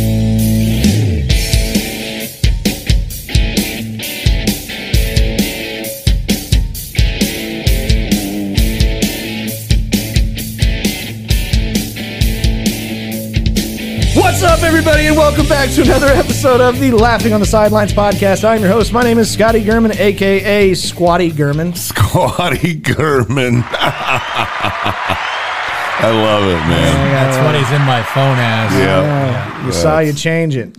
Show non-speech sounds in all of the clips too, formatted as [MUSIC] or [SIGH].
now. What's up, everybody, and welcome back to another episode of the Laughing on the Sidelines podcast. I'm your host. My name is Scotty Gurman, aka Squatty Gurman. Scotty Gurman. [LAUGHS] I love it, man. That's what he's in my phone as. Yeah. Oh, You saw you change [LAUGHS] it.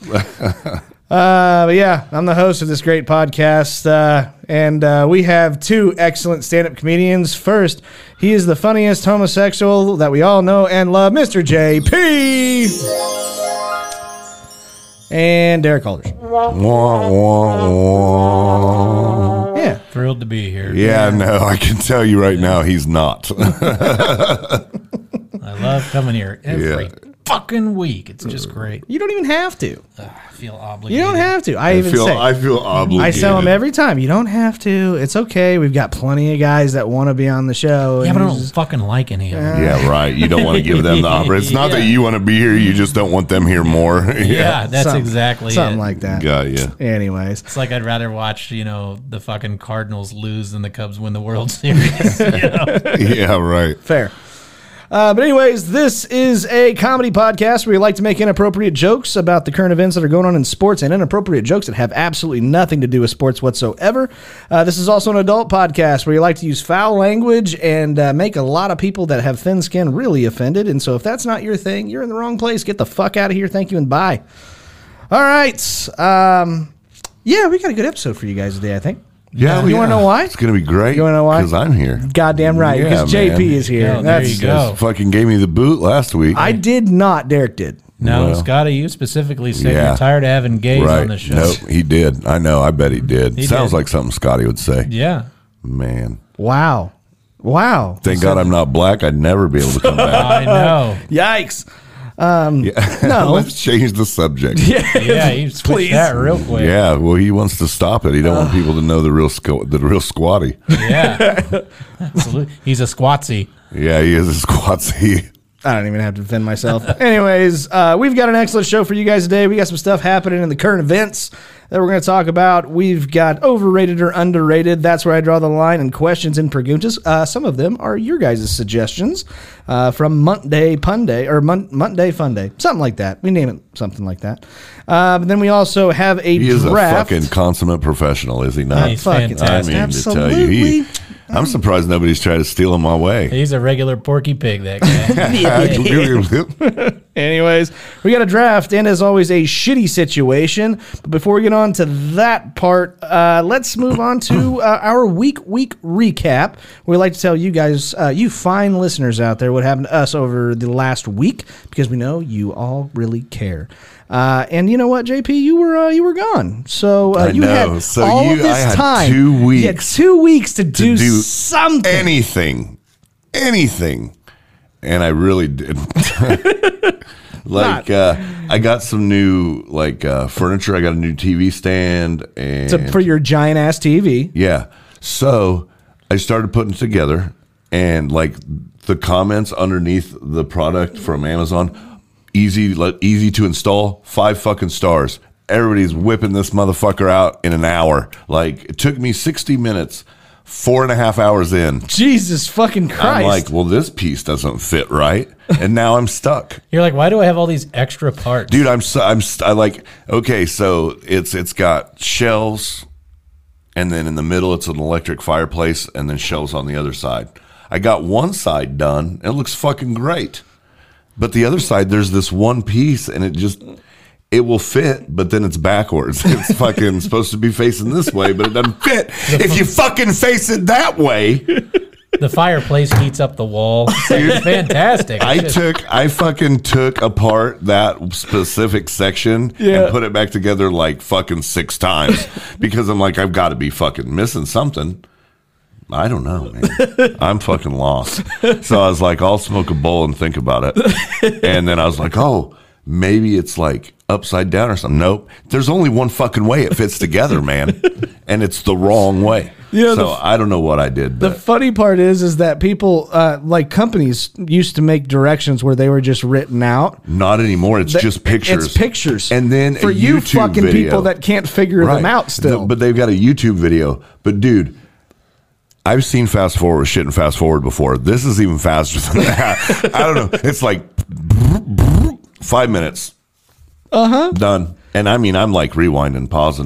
uh, but yeah, I'm the host of this great podcast, uh, and uh, we have two excellent stand-up comedians. First, he is the funniest homosexual that we all know and love, Mr. JP, and Derek Alders. Wah, wah, wah. Yeah. Thrilled to be here. Yeah, no, I can tell you right now he's not. [LAUGHS] I love coming here every Yeah. fucking week. It's just great. You don't even have to. I feel obligated. You don't have to. I, I even feel say I feel I obligated. sell them every time. You don't have to. It's okay. We've got plenty of guys that want to be on the show. Yeah, but I and don't fucking like any of them. Yeah, right. You don't want to give them the opportunity. [LAUGHS] It's not that Yeah. you want to be here, you just don't want them here more. [LAUGHS] Yeah, that's something- exactly something it. like that. Got you. Anyways, it's like I'd rather watch, you know, the fucking Cardinals lose than the Cubs win the World [LAUGHS] Series. you know? Yeah, right. fair. Uh, but anyways, this is a comedy podcast where we like to make inappropriate jokes about the current events that are going on in sports and inappropriate jokes that have absolutely nothing to do with sports whatsoever. Uh, this is also an adult podcast where you like to use foul language and uh, make a lot of people that have thin skin really offended. And so if that's not your thing, you're in the wrong place. Get the fuck out of here. Thank you and bye. All right. Um, yeah, we got a good episode for you guys today, I think. Yeah, You wanna know why? It's gonna be great. You wanna know why? Because I'm here. Goddamn right. Yeah, Because JP man. is here. Oh, there you go. Just fucking gave me the boot last week. I did not. Derek did. No, Well, Scotty, you specifically said yeah. you're tired of having gays on the show. Nope, he did. I know. I bet he did. He Sounds did. like something Scotty would say. [LAUGHS] Yeah. Man, Wow. Wow. thank God I'm not black. I'd never be able to come back. [LAUGHS] I know. Yikes. no, [LAUGHS] let's change the subject. Yeah. Yeah, you switched that real quick. Yeah. well, he wants to stop it. He don't want people to know the real squ- the real squatty. Absolutely. He's a squatsy. Yeah, [LAUGHS] he is a squatsy. I don't even have to defend myself. [LAUGHS] Anyways, uh, we've got an excellent show for you guys today. We got some stuff happening in the current events that we're going to talk about. We've got overrated or underrated. That's where I draw the line and questions and preguntas. Uh, some of them are your guys' suggestions uh, from Monday Punday or Mon- Monday Funday, something like that. We name it something like that. Uh, but then we also have a He is draft. a fucking consummate professional, is he not? He's fucking- I fantastic. mean to tell you, he, I'm surprised nobody's trying to steal him my way. He's a regular porky pig, that guy. [LAUGHS] Anyways, we got a draft and, as always, a shitty situation. But before we get on to that part, uh, let's move on to uh, our week week recap. We like to tell you guys, uh, you fine listeners out there, what happened to us over the last week because we know you all really care. Uh, and you know what, JP, you were uh, you were gone, so uh, I you know. had So all you- of this I had time. two You had weeks two weeks to, do, do something. anything, anything, and I really did. [LAUGHS] like uh, I got some new like uh, furniture. I got a new TV stand and to, for your giant ass TV, yeah. So I started putting it together, and like the comments underneath the product from Amazon, easy, le- easy to install, five fucking stars. Everybody's whipping this motherfucker out in an hour. Like it took me sixty minutes. four and a half hours in. Jesus fucking I'm Christ. like, well, this piece doesn't fit right, and now I'm stuck, You're like, why do I have all these extra parts? dude. I'm so, I'm st- I like okay, so it's it's got shelves, and then in the middle it's an electric fireplace, and then shelves on the other side. I got one side done; it looks fucking great, but the other side there's this one piece, and it just it will fit, but then it's backwards. [LAUGHS] It's fucking supposed to be facing this way, but it doesn't fit. If you fucking face it that way. The fireplace heats up the wall. It's, like, it's fantastic. I [LAUGHS] It's just- took, I fucking took apart that specific section Yeah. and put it back together like fucking [LAUGHS] six times because I'm like, I've got to be fucking missing something. I don't know, man. [LAUGHS] I'm fucking lost. So I was like, I'll smoke a bowl and think [LAUGHS] about it. And then I was like, oh, maybe it's like upside down or something. Nope. There's only one fucking way it fits [LAUGHS] together, man. And it's the wrong way. Yeah, so the f- I don't know what I did. the But funny part is, is that people, uh, like companies, used to make directions where they were just written out. Not anymore. It's That- just pictures. It's pictures. And then for a you YouTube fucking video. people that can't figure them out still. The- but they've got a YouTube video. But dude, I've seen fast forward shit and fast forward before. This is even faster than [LAUGHS] that. I don't know. It's like five minutes. Uh Uh-huh. huh. Done. And I mean, I'm like rewinding, pausing,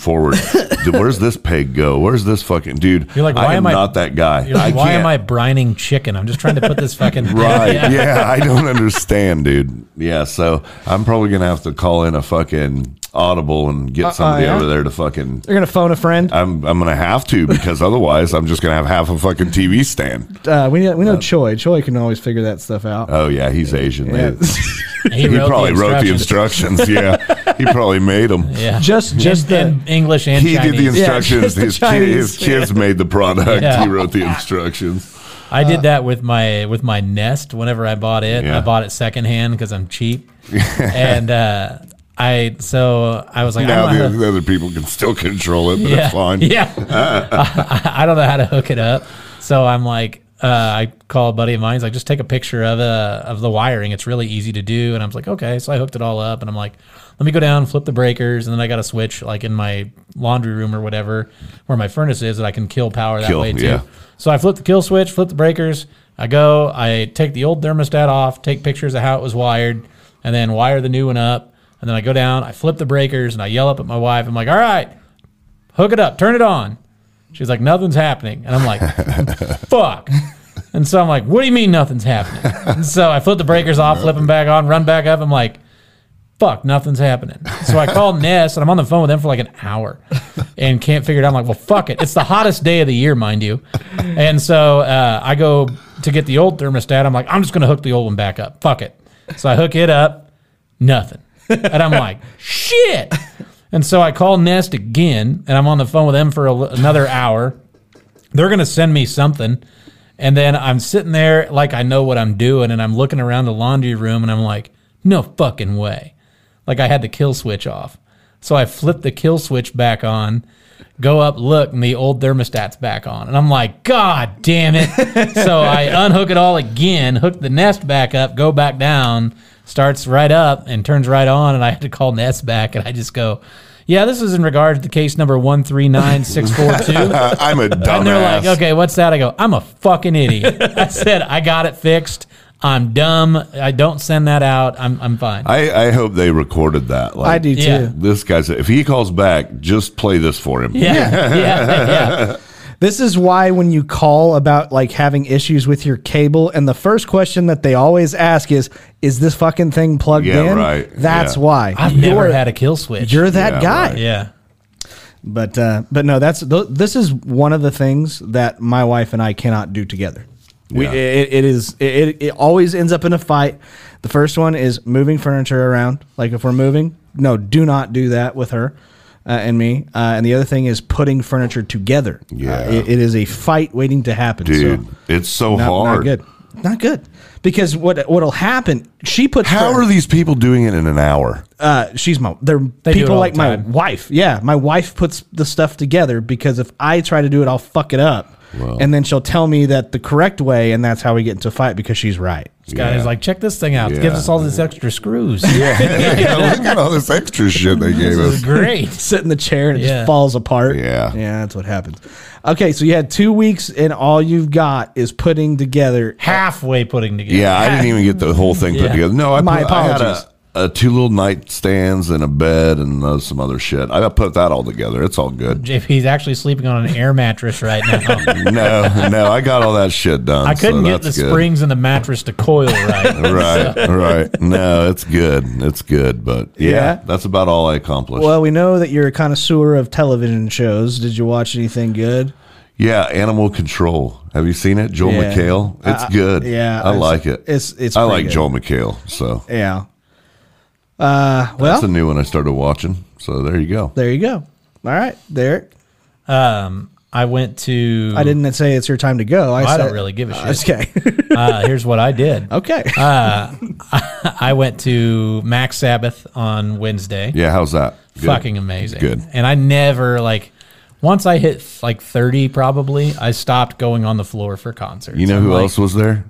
[LAUGHS] forward. Dude, where's this peg go? Where's this fucking dude? You're like, why I am, am I- not that guy. You're like, I why can't. am I brining chicken? I'm just trying to put this fucking Right. Yeah. Yeah. I don't understand, dude. Yeah. So I'm probably going to have to call in a fucking audible and get somebody yeah? over there to fucking. They're gonna phone a friend. I'm, I'm going to have to because otherwise I'm just going to have half a fucking TV stand. Uh, we know, we know Choi. Choi can always figure that stuff out. Oh, yeah. He's Asian. Yeah. man. [LAUGHS] He, He wrote probably the wrote the instructions. instructions. [LAUGHS] Yeah. He probably made them. Yeah. [LAUGHS] just just the in English and He did the Chinese. instructions. [LAUGHS] the his, kid, his Chinese, kids made the product. Yeah. He wrote the [LAUGHS] instructions. I did that with my with my Nest. Whenever I bought it, Yeah. I bought it secondhand because I'm [LAUGHS] cheap. and uh, I so I was like, Now I don't know the, [LAUGHS] how- the other people can still control it, but Uh-huh. yeah, it's fine. [LAUGHS] Yeah, [LAUGHS] I, I don't know how to hook it up. So I'm like, uh, I call a buddy of mine. He's like, just take a picture of uh, of the wiring. It's really easy to do. And I was like, okay. So I hooked it all up, and I'm like, let me go down, flip the breakers, and then I got a switch like in my laundry room or whatever where my furnace is that I can kill power that Kill, way too. yeah. So I flip the kill switch, flip the breakers. I go, I take the old thermostat off, take pictures of how it was wired, and then wire the new one up. And then I go down, I flip the breakers, and I yell up at my wife. I'm like, all right, hook it up, turn it on. She's like, nothing's happening. And I'm like, fuck. And so I'm like, what do you mean nothing's happening? And so I flip the breakers off, flip them back on, run back up. I'm like, fuck, nothing's happening. So I call Ness and I'm on the phone with them for like an hour and can't figure it out. I'm like, well, fuck it. It's the hottest day of the year, mind you. And so uh, I go to get the old thermostat. I'm like, I'm just going to hook the old one back up. Fuck it. So I hook it up, nothing. And I'm like, shit. And so I call Nest again and I'm on the phone with them for a, another hour. They're going to send me something. And then I'm sitting there like I know what I'm doing and I'm looking around the laundry room and I'm like, no fucking way like I had the kill switch off. So I flip the kill switch back on, go up, look, and the old thermostat's back on. And I'm like, God damn it. so I unhook it all again, hook the nest back up, go back down, starts right up and turns right on. And I had to call Nest back and I just go, Yeah, this is in regards to case number 139642. Uh, I'm a dumbass. And they're like, okay, what's that? I go, I'm a fucking idiot. [LAUGHS] I said, I got it fixed. I'm dumb. I don't send that out. I'm, I'm fine. I, I hope they recorded that. Like, I do too. Yeah. This guy's if he calls back, just play this for him. Yeah, [LAUGHS] yeah, yeah. This is why when you call about like having issues with your cable, and the first question that they always ask is, "Is this fucking thing plugged Yeah, in?" right. That's Yeah. why I've never had a kill switch. You're that Yeah, guy. right. yeah. But uh, but no, that's th- this is one of the things that my wife and I cannot do together. We Yeah. it, it is it, it always ends up in a fight. The first one is moving furniture around. Like if we're moving, no, do not do that with her uh, and me. Uh, and the other thing is putting furniture together. Uh, Yeah. it- it is a fight waiting to happen. Dude, so it's so not, not hard. good, not good. Because what what'll happen? She puts How fur- are these people doing it in an hour? uh, she's my they're They do it people all like the my time. wife. Yeah, my wife puts the stuff together because if I try to do it, I'll fuck it up. and then she'll tell me that the correct way, and that's how we get into a fight because she's right. This guy is like, check this thing out. It gives Yeah. us all these extra screws. [LAUGHS] yeah, look at all this extra shit they gave [LAUGHS] This [LAUGHS] us. is great. Sit in the chair and it Yeah. just falls apart. Yeah. yeah, that's what happens. Okay, so you had two weeks, and all you've got is putting together. Halfway putting together. Yeah, I didn't even get the whole thing put Yeah. together. No, I, My put, I had apologies. a, a two little nightstands and a bed and uh, some other shit. I put that all together. It's all [LAUGHS] good. JP's actually sleeping on an air mattress right [LAUGHS] now. No, no, I got all that shit done. I couldn't so get the that's good. springs and the mattress to coil right. [LAUGHS] Right, right. No, it's good. It's good. But yeah, Yeah. that's about all I accomplished. Well, we know that you're a connoisseur of television shows. Did you watch anything good? yeah, Animal Control. Have you seen it? Joel Yeah. McHale. It's good. yeah, I it's- like it. it's- it's I pretty like good. Joel McHale. So Yeah. Uh, well, that's a new one I started watching. So there you go. there you go. All right, Derek. um, I went to. I didn't say it's your time to go. I, said, I don't really give a shit. Okay. Uh, here's what [LAUGHS] I did. [LAUGHS] [LAUGHS] okay. Uh, I went to Max Sabbath on Wednesday. Yeah, how's that? Good. Fucking amazing. Good. And I never like. Once I hit like 30, probably I stopped going on the floor for concerts. You know I'm who like, else was there?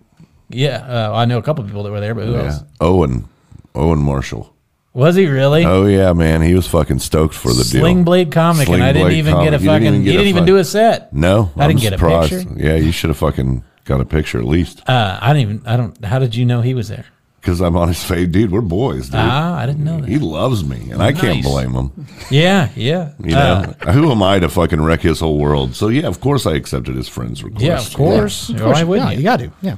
Yeah, uh, I know a couple people that were there, but who Yeah. else? Owen. Owen Marshall. Was he really? Oh yeah, man. He was fucking stoked for the deal. Sling Blade comic, Sling and I didn't Blade even comic. get a You didn't fucking. even he get a didn't even fuck- do a set. No, I I'm didn't get a surprised. picture. Yeah, you should have fucking got a picture at least. Uh, I don't even. I don't. How did you know he was there? Because I'm on his [LAUGHS] face, dude. We're boys, dude. Ah, I didn't know He [LAUGHS] that. loves me, and I can't Nice. blame him. Yeah, yeah. Uh, You know, who am I to fucking wreck his whole world? So yeah, of course I accepted his friend's request. yeah, of course. Of course, Why wouldn't yeah, you? you got to. Yeah.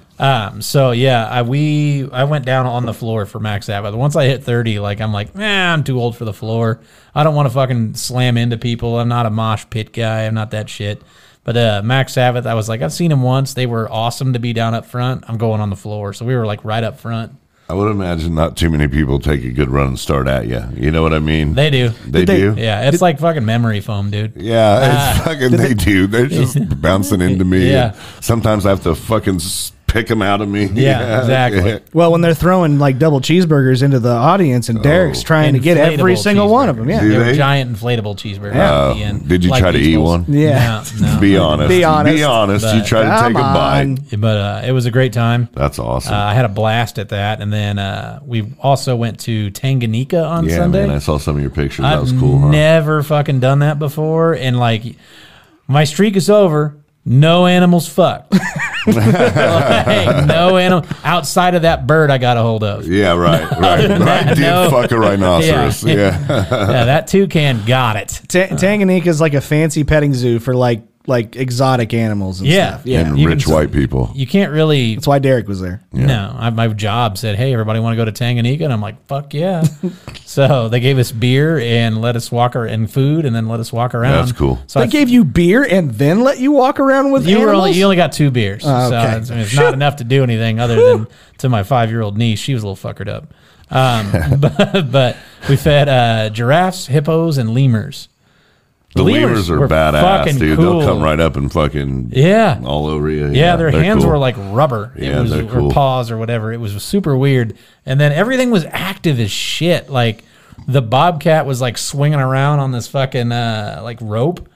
Um, so yeah, I we I went down on the floor for Max Sabbath. Once I hit thirty, like I'm like, man, I'm too old for the floor. I don't want to fucking slam into people. I'm not a mosh pit guy. I'm not that shit. But uh, Max Sabbath, I was like, I've seen him once. They were awesome to be down up front. I'm going on the floor, so we were like right up front. I would imagine not too many people take a good run and start at you. You know what I mean? They do. They Did they- do. Yeah, it's like fucking memory foam, dude. Yeah, it's fucking they do. They're [LAUGHS] just bouncing into me. Yeah. Sometimes I have to fucking s- pick them out of me. [LAUGHS] Yeah, exactly. Well, when they're throwing like double cheeseburgers into the audience, and Oh. Derek's trying to get every Inflatable single one of them. Yeah. Do They were they? giant inflatable cheeseburger. Uh, at the end, did you like try to Beach eat one? Balls. Yeah. No, no. Be honest. Be honest. Be honest. You But- try to Come take a on. bite. But uh, it was a great time. That's awesome. Uh, I had a blast at that, and then uh, we also went to Tanganyika on yeah, Sunday. man. I saw some of your pictures. that I've was cool, huh? never fucking done that before, and like my streak is over. No animals fucked. [LAUGHS] Like, no animal outside of that bird I got a hold of. yeah, [LAUGHS] right, right. I did no. fuck a rhinoceros. yeah. [LAUGHS] Yeah, that toucan got it. Ta- Tanganyika is like a fancy petting zoo for like like exotic animals. And Yeah, Stuff. yeah. and you rich can- white people. You can't really That's why Derek was there. No, I, my job said, "Hey, everybody, want to go to Tanganyika?" And I'm like, "Fuck yeah!" [LAUGHS] so they gave us beer and let us walk ar- and food, and then let us walk around. That's cool. So I- they gave you beer and then let you walk around with you animals? Oh, were only you only got two beers, so okay. it's, I mean, [LAUGHS] it's not enough to do anything other than to my five year old niece. She was a little fuckered up, [LAUGHS] um, [LAUGHS] but, but we fed uh, giraffes, hippos, and lemurs. The lemurs are were badass, fucking dude. cool. They'll come right up and fucking Yeah, all over you. Yeah, their they're hands cool. were like [LAUGHS] rubber. It Yeah, was they're or cool. paws or whatever. It was super weird. And then everything was active as shit. Like the bobcat was like swinging around on this fucking uh, like rope.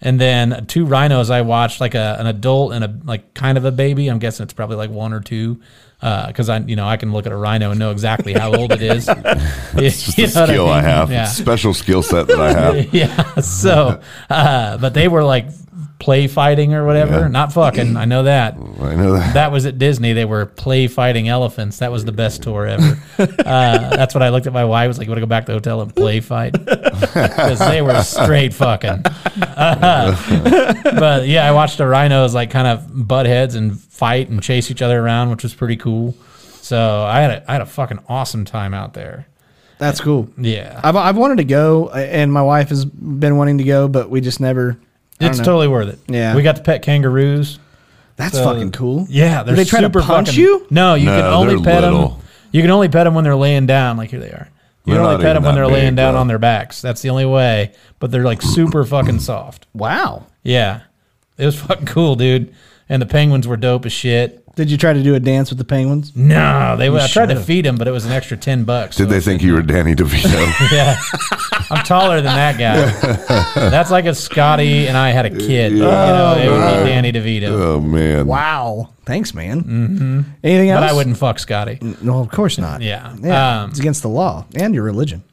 And then two rhinos I watched, like a, an adult and a like kind of a baby. I'm guessing it's probably like one or two, because I you know I can look at a rhino and know exactly how old [LAUGHS] it is. [LAUGHS] It's It's a skill I, have. It's a special skill set that I have. [LAUGHS] yeah. So, uh, but they were like play fighting or whatever. Yeah. Not fucking. I know that. I know that. That was at Disney. They were play fighting elephants. That was the best [LAUGHS] tour ever. Uh, that's what I looked at my wife. I was like, "You want to go back to the hotel and play fight?" [LAUGHS] Because they were straight fucking. Uh, [LAUGHS] but yeah, I watched the rhinos like kind of butt heads and fight and chase each other around, which was pretty cool. So I had a I had a fucking awesome time out there. That's cool. Yeah, I've, I've wanted to go, and my wife has been wanting to go, but we just never. I don't it's know. totally worth it. Yeah. we got to pet kangaroos. That's So- fucking cool. Yeah, Do they're they try super to punch fucking- you? No, you No, can only they're pet little. them. You can only pet them when they're laying down. Like here they are. You They're can not only pet even them when that they're laying big, down though. on their backs. That's the only way. But they're [COUGHS] like super fucking soft. Wow. Yeah, it was fucking cool, dude. And the penguins were dope as shit. Did you try to do a dance with the penguins? No, they. I tried to feed them, but it was an extra ten bucks. Did so- they think you were Danny DeVito? [LAUGHS] Yeah. I'm taller than that guy. That's like if Scotty and I had a kid. you know, it would be Danny DeVito. [LAUGHS] Oh man. Wow. Thanks, man. Anything else? Mm-hmm. But I wouldn't fuck Scotty. No, of course not. Yeah. Um, it's against the law and your religion.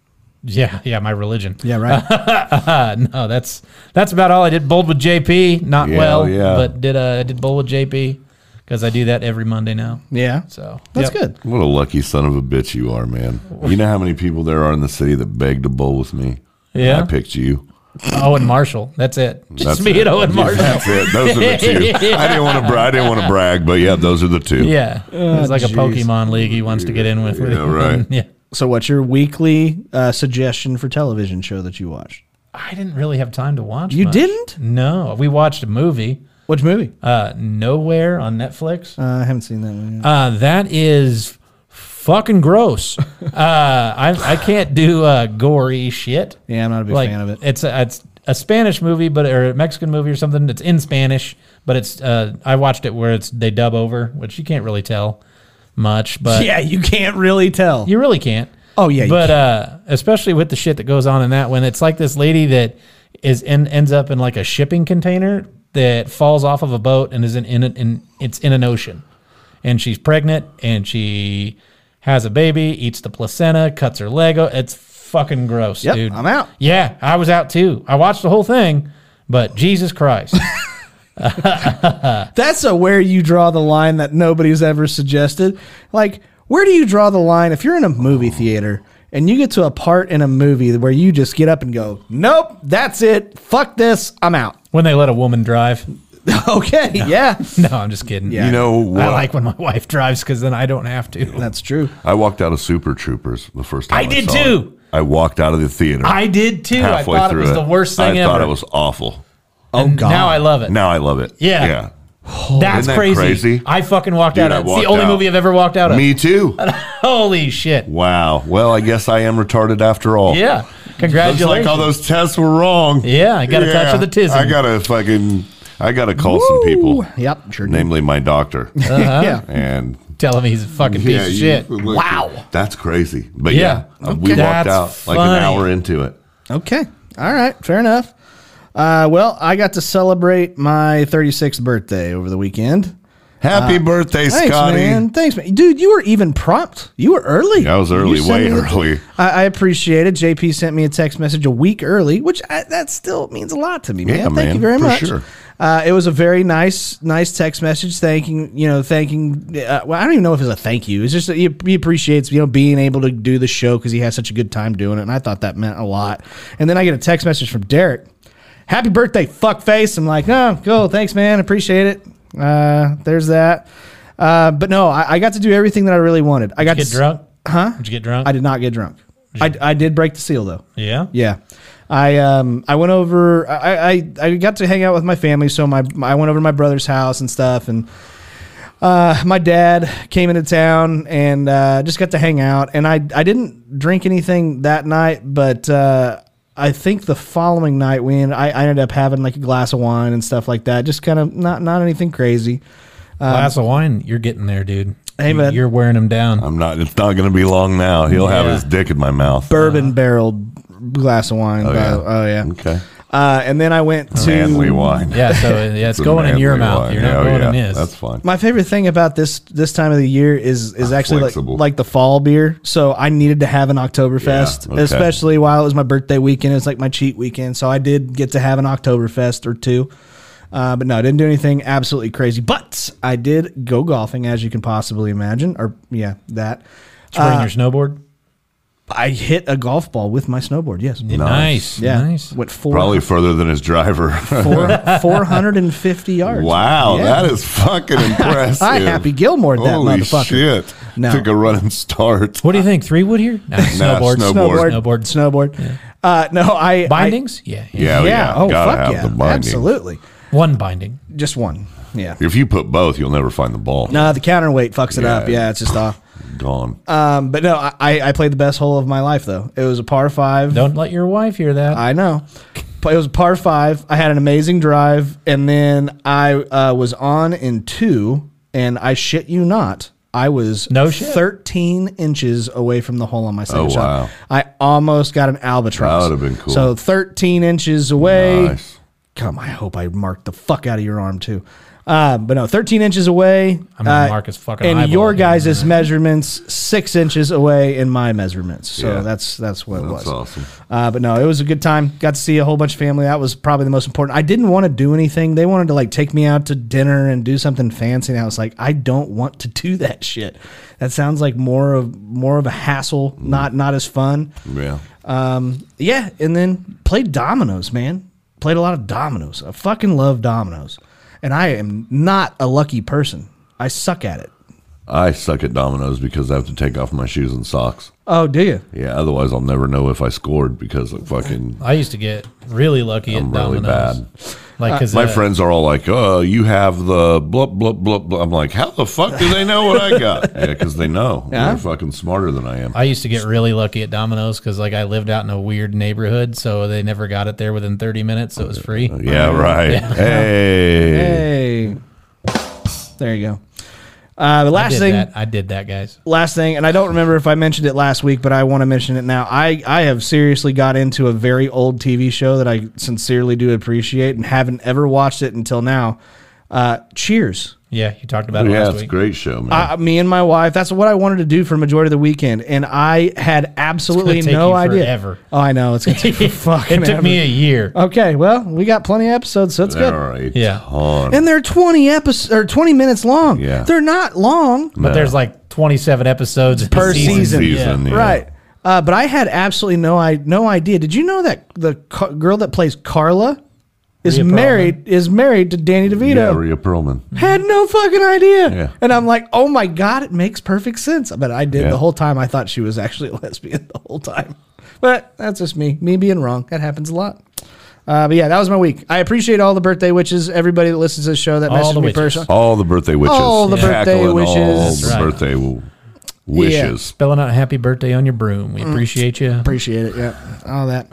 Yeah, yeah, my religion. Yeah, right. [LAUGHS] No, that's that's about all I did. Bowled with JP, not Yeah, well, yeah. but did uh, I did bowl with JP because I do that every Monday now. [LAUGHS] yeah. So That's yep. good. What a lucky son of a bitch you are, man. You know how many people there are in the city that beg to bowl with me? Yeah. I picked [LAUGHS] you. Owen Marshall. That's it. Just That's me it. and Owen Yeah, Marshall. That's it. Those are the [LAUGHS] two. I didn't want to. Bra- I didn't want to brag, but yeah, those are the two. Yeah, it's like Oh, jeez. a Pokemon league he wants to get in with. Yeah, right. [LAUGHS] yeah, So, what's your weekly uh, suggestion for television show that you watched? I didn't really have time to watch. You much. didn't? No, we watched a movie, Which movie? uh, Nowhere on Netflix. Uh, I haven't seen that one. Yet. Uh, that is [LAUGHS] fucking gross. uh, I I can't do uh, gory shit. Yeah, I'm not a big fan of it. It's a, it's a Spanish movie, but or a Mexican movie or something. It's in Spanish, but it's uh, I watched it where it's they dub over, which you can't really tell much. But [LAUGHS] yeah, you can't really tell. You really can't. Oh, yeah, you but uh, especially with the shit that goes on in that one, it's like this lady that is in, ends up in like a shipping container that falls off of a boat and is in in, in it's in an ocean, and she's pregnant and she has a baby, eats the placenta, cuts her leg. o- It's fucking gross, Yep, dude. I'm out. Yeah, I was out too. I watched the whole thing, but [LAUGHS] Jesus Christ. That's a where you draw the line that nobody's ever suggested. Like, where do you draw the line if you're in a movie theater and you get to a part in a movie where you just get up and go, "Nope, that's it. Fuck this. I'm out." when they let a woman drive. [LAUGHS] [LAUGHS] okay, yeah, No, I'm just kidding. Yeah. You know I what? I, like when my wife drives because then I don't have to. that's true. walked out of Super Troopers the first time. I did saw it. too. I walked out of the theater I did too. halfway I thought it through was the worst thing I ever. thought it was awful. Oh god. Now I love it. Now I love it. Yeah. That's Isn't that crazy. crazy? I fucking walked Dude, out. I Of it. It's walked the only out. movie I've ever walked out Yeah. of. Me too. Holy shit. Wow. Well, I guess I am retarded after all. Yeah. Looks like Congratulations. all those tests were wrong. Yeah, I got a touch of the tism. I gotta fucking. I gotta call some people. Yep, sure. do. Namely, my [LAUGHS] doctor. Yeah. and Telling me he's a Uh-huh. fucking piece of you- shit. look, that's crazy. But Yeah. yeah, uh, we walked Okay. That's out like funny. an hour into it. [LAUGHS] Okay. All right. Fair enough. Uh, well, I got to celebrate my 36th birthday over the weekend. Happy Uh, birthday, Thanks, Scotty! man. Thanks, man. Dude, you were even prompt. You were early. Yeah, I was early, You sent me way the- early. I, I appreciate it. JP sent me a text message a week early, which I, that still means a lot to me, man. Yeah, Thank man, you very for much. sure. Uh, it was a very nice, nice text message thanking, you know, thanking. Uh, well, I don't even know if it's a thank you. It's just that he, he appreciates, you know, being able to do the show because he has such a good time doing it, and I thought that meant a lot. And then I get a text message from Derek. Happy birthday, fuckface. I'm like, oh, cool. Thanks, man. Appreciate it. Uh, there's that. Uh, but no, I, I got to do everything that I really wanted. I got Get to, drunk? Huh? Did you get drunk? I did not get drunk. I, I did break the seal though. Yeah. Yeah. I um I went over I, I I got to hang out with my family so my I went over to my brother's house and stuff and uh, my dad came into town and uh, just got to hang out and I I didn't drink anything that night but uh, I think the following night we ended, I, I ended up having like a glass of wine and stuff like that just kind of not not anything crazy Glass of wine. You're getting there, dude. Hey, You- man. You're wearing him down. I'm not. It's not going to be long now. He'll have Yeah. his dick in my mouth. bourbon barreled glass of wine oh, yeah. Uh-huh. oh yeah Okay. uh, and then I went to Manly wine. yeah. So uh, yeah, it's a going in your manly mouth. wine. You're not Oh, going yeah. in his. That's fine. My favorite thing about this this time of the year is is actually like, Ah, flexible. like the fall beer. So I needed to have an Oktoberfest, Yeah, okay. especially while it was my birthday weekend. It's like my cheat weekend, so I did get to have an Oktoberfest or two. Uh, but no, I didn't do anything absolutely crazy. But I did go golfing, as you can possibly imagine. Or yeah, that Did you bring your snowboard. I hit a golf ball with my snowboard. Yes, Nice. yeah, Nice. went four, Probably further than his driver. [LAUGHS] [LAUGHS] four hundred and fifty yards. wow, Yeah. that is fucking [LAUGHS] impressive. I Happy Gilmore that Holy motherfucker. shit! No. Took a running start. What do you think? Three [LAUGHS] wood here? No, snowboard. snowboard. snowboard, Snowboard. snowboard. Uh, no, I I- Bindings? yeah, Yeah, yeah. Oh, Gotta fuck have yeah. the binding. Absolutely. One binding. Just one. Yeah. If you put both, you'll never find the ball. No, the counterweight fucks it Yeah. up. Yeah, it's just off. Gone. Um, but no, I- I, I played the best hole of my life though. It was a par five. Don't let your wife hear that. I know. But it was a par five. I had an amazing drive, and then I uh, was on in two, and I shit you not, I was No shit. 13 inches away from the hole on my second Oh, shot. wow. I almost got an albatross. That would've been cool. So 13 inches away. Nice. Come, I hope I marked the fuck out of your arm too. Uh, but no, 13 inches away. I'm gonna uh, mark his fucking eyeball And your here. guys' measurements six inches away in my measurements. So Yeah. that's that's what it was. That's awesome. Uh, but no, it was a good time. Got to see a whole bunch of family. That was probably the most important. I didn't want to do anything. They wanted to like take me out to dinner and do something fancy. And I was like, I don't want to do that shit. That sounds like more of more of a hassle, Mm. not not as fun. Yeah. Um, yeah, and then played dominoes, man. Played a lot of dominoes. I fucking love dominoes, and I am not a lucky person. I suck at it. I suck at dominoes because I have to take off my shoes and socks. Oh, do you? Yeah, otherwise I'll never know if I scored because of fucking I used to get really lucky at I'm really dominoes. Like, cause My uh, friends are all like, "Oh, you have the blup blup blup." blup." I'm like, "How the fuck do they know what I got?" yeah, because they know. They're fucking smarter than I am. I used to get really lucky at Domino's because like I lived out in a weird neighborhood, so they never got it there within 30 minutes. So it was free. yeah, right. Hey. Hey, there you go. Uh, the I last did thing that. I did that, guys. last thing, and I don't remember if I mentioned it last week, but I want to mention it now. I, I have seriously got into a very old TV show that I sincerely do appreciate and haven't ever watched it until now. Uh, cheers. Yeah, you talked about it Yeah, last it's a week. great show, man. I, me and my wife, that's what I wanted to do for majority of the weekend, and I had absolutely It's gonna take no you idea. forever. Oh, I know it's gonna [LAUGHS] take for fucking. It took me a ever. year. Okay, well, we got plenty of episodes, so it's good. They're a Yeah. ton. And they're twenty episodes or twenty minutes long. Yeah. they're not long. But there's like 27 episodes in a Per One season. yeah. Right. Uh, but I had absolutely no I no idea. Did you know that the ca- girl that plays Carla is Rhea Perlman. married is married to Danny Yeah, DeVito? Rhea Perlman. had no fucking idea. Yeah. And I'm like, oh my god, it makes perfect sense. But I did Yeah. the whole time. I thought she was actually [LAUGHS] a lesbian the whole time. But that's just me, me being wrong. That happens a lot. Uh, but yeah, that was my week. I appreciate all the birthday witches, everybody that listens to the show that All messaged the me witches. personally. All the birthday wishes. All the birthday Cackling wishes. All the Right. birthday w- wishes. Spelling out happy birthday on your broom. Mm. We appreciate you. Appreciate it. Yeah, all that.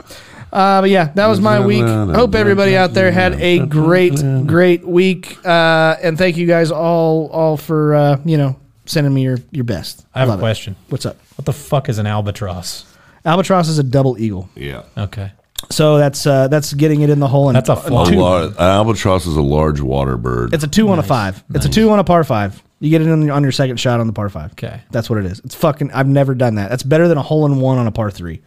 Uh, but yeah, that was my week. Hope everybody out there had a great, great week. Uh, and thank you guys all, all for uh, you know sending me your your best. I have a Love it. question. What's up? What the fuck is an albatross? Albatross is a double eagle, Yeah. Okay. so that's uh, that's getting it in the hole. And That's a and fly. A two- lar- an albatross is a large water bird. It's a two on a five. It's a two on a par five. You get it on your, on your second shot on the par five. Okay. that's what it is. It's fucking. I've never done that. That's better than a hole in one on a par three.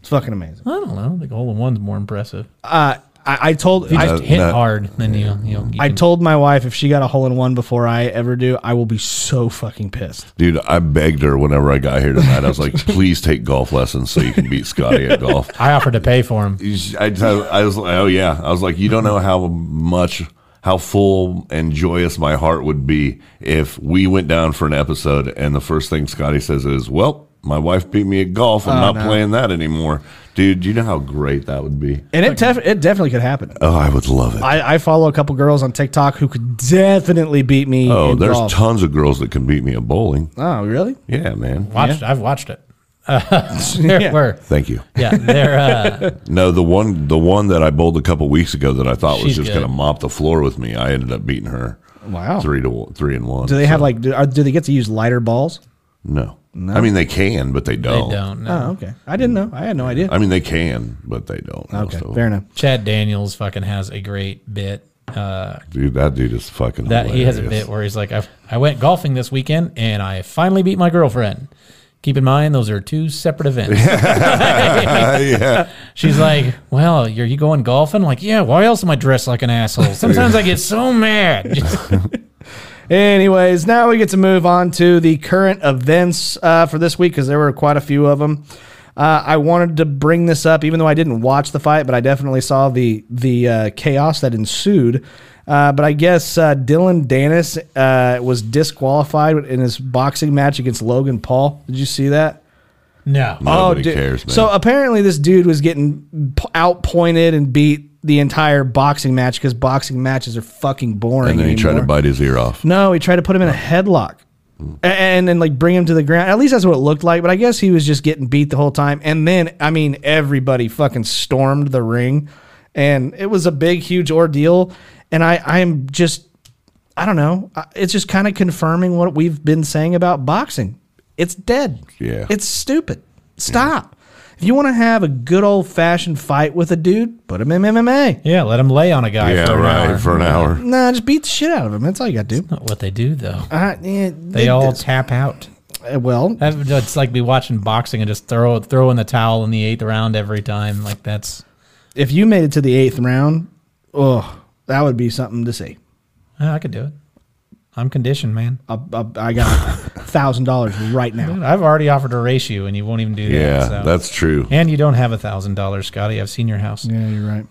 It's fucking amazing. Uh, I don't know. The hole in one's more impressive. I, I told. You I, just hit Uh, no. hard, then you you, know, you I can- told my wife if she got a hole in one before I ever do, I will be so fucking pissed. Dude, I begged her whenever I got here tonight. I was like, please take golf lessons so you can beat Scotty at golf. I offered to pay for [LAUGHS] him. I, I was like, oh, yeah. I was like, you don't know how much, how full and joyous my heart would be if we went down for an episode and the first thing Scotty says is, well, my wife beat me at golf. I'm Oh, not playing that anymore. Dude, you know how great that would be? And it def- it definitely could happen. Oh, I would love it. I, I follow a couple girls on TikTok who could definitely beat me. oh, in there's golf. tons of girls that can beat me at bowling. oh, really? Yeah, man. Watched. I've watched it. [LAUGHS] there Yeah. were. Thank you. Yeah, they're [LAUGHS] uh, No, the one the one that I bowled a couple weeks ago that I thought was She's just good. going to mop the floor with me, I ended up beating her. Wow. Three to one- three and one. Do they have like do, are, do they get to use lighter balls? no? I mean, they can, but they they don't. don't. No. Oh, okay. I didn't know. I had no idea. I mean, they can, but they don't. most Okay, of them. fair enough. Chad Daniels fucking has a great bit. Uh, Dude, that dude is fucking. that he has a hilarious. bit where he's like, I, I went golfing this weekend and I finally beat my girlfriend. Keep in mind, those are two separate events. [LAUGHS] [LAUGHS] yeah, She's like, "Well, are you going golfing?" I'm like, "Yeah. Why else am I dressed like an asshole?" Sometimes I get so mad. [LAUGHS] Just- Anyways, now we get to move on to the current events uh, for this week because there were quite a few of them. Uh, I wanted to bring this up, even though I didn't watch the fight, but I definitely saw the the uh, chaos that ensued. Uh, but I guess uh, Dylan Danis uh, was disqualified in his boxing match against Logan Paul. Did you see that? Oh, no. nobody dude. cares, man. So apparently, this dude was getting p- outpointed and beat the entire boxing match because boxing matches are fucking boring. and then he tried to anymore. bite his ear off. No, he tried to put him in a headlock. A- And then like bring him to the ground. At least that's what it looked like. But I guess he was just getting beat the whole time. And then I mean everybody fucking stormed the ring, and it was a big, huge ordeal. And I I'm just I don't know. I- It's just kind of confirming what we've been saying about boxing. It's dead. Yeah. It's stupid. Stop. If you want to have a good old fashioned fight with a dude, put him in MMA. Yeah, let him lay on a guy yeah, for an right. hour. For an hour. Nah, just beat the shit out of him. That's all you got to do. Not what they do though. Uh, yeah, They all this- tap out. uh, well, That, it's like be watching boxing and just throw throw in the towel in the eighth round every time. Like that's if you made it to the eighth round, oh, that would be something to see. yeah, I could do it. I'm conditioned, man. I, I, I [LAUGHS] got thousand dollars right now. I've already offered to race you, and you won't even do that. Yeah, so. that's true. And you don't have a thousand dollars, Scotty. I've seen your house. Yeah, you're right.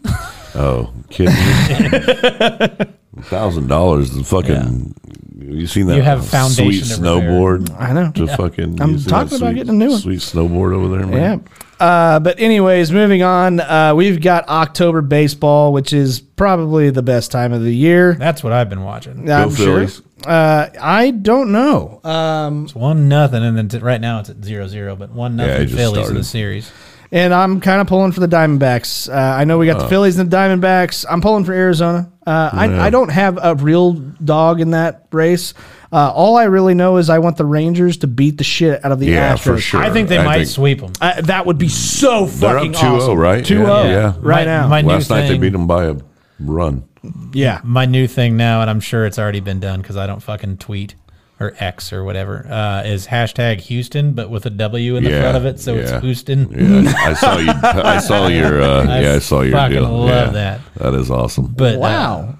Oh, kidding me. [LAUGHS] Thousand dollars is fucking. You seen that? You have foundation sweet to repair. snowboard. I know. To fucking. I'm you seen talking that about sweet- getting a new one. Sweet snowboard over there, Yeah. man. Uh, but anyways, moving on. Uh, we've got October baseball, which is probably the best time of the year. That's what I've been watching. I'm Phillies. Uh, I don't know. Um, It's one nothing, and then t- right now it's at zero zero, but one Yeah, it nothing just Phillies in started. the series. and I'm kind of pulling for the Diamondbacks. Uh, I know we got the Phillies and the Diamondbacks. I'm pulling for Arizona. Uh, I, I don't have a real dog in that race. Uh, all I really know is I want the Rangers to beat the shit out of the Yeah, Astros. for sure. I think they I might think- sweep them. Uh, that would be so They're fucking up 2 0, awesome. right? 2-0. Yeah. yeah. oh. Right now. my Last new night they thing- beat them by a run. Yeah. my new thing now, and I'm sure it's already been done because I don't fucking tweet or X or whatever, uh, is hashtag Houston, but with a W in the Yeah, front of it. So yeah. it's Houston. Yeah, I saw you. I saw [LAUGHS] your. Uh, I yeah, I saw your fucking deal. love yeah. that. That is awesome. But uh, Wow.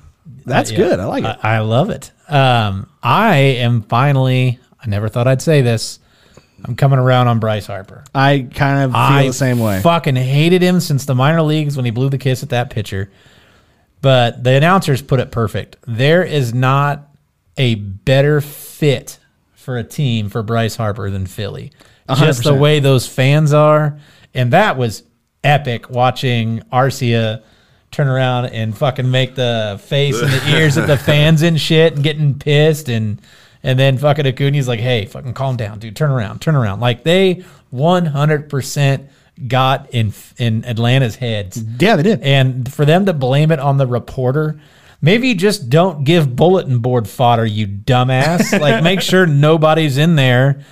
That's good. I like it. I, I love it. Um, I am finally, I never thought I'd say this. I'm coming around on Bryce Harper. I kind of feel I the same way. Fucking hated him since the minor leagues when he blew the kiss at that pitcher. But the announcers put it perfect. There is not a better fit for a team for Bryce Harper than Philly. Just the 100%. way those fans are, and that was epic watching Arcia turn around and fucking make the face and the ears at the fans and shit and getting pissed and and then fucking Acuna's like, hey, fucking calm down, dude. Turn around, turn around. Like they 100% got in in Atlanta's heads. Yeah, they did. And for them to blame it on the reporter, maybe just don't give bulletin board fodder, [LAUGHS] you dumbass. like make sure nobody's in there.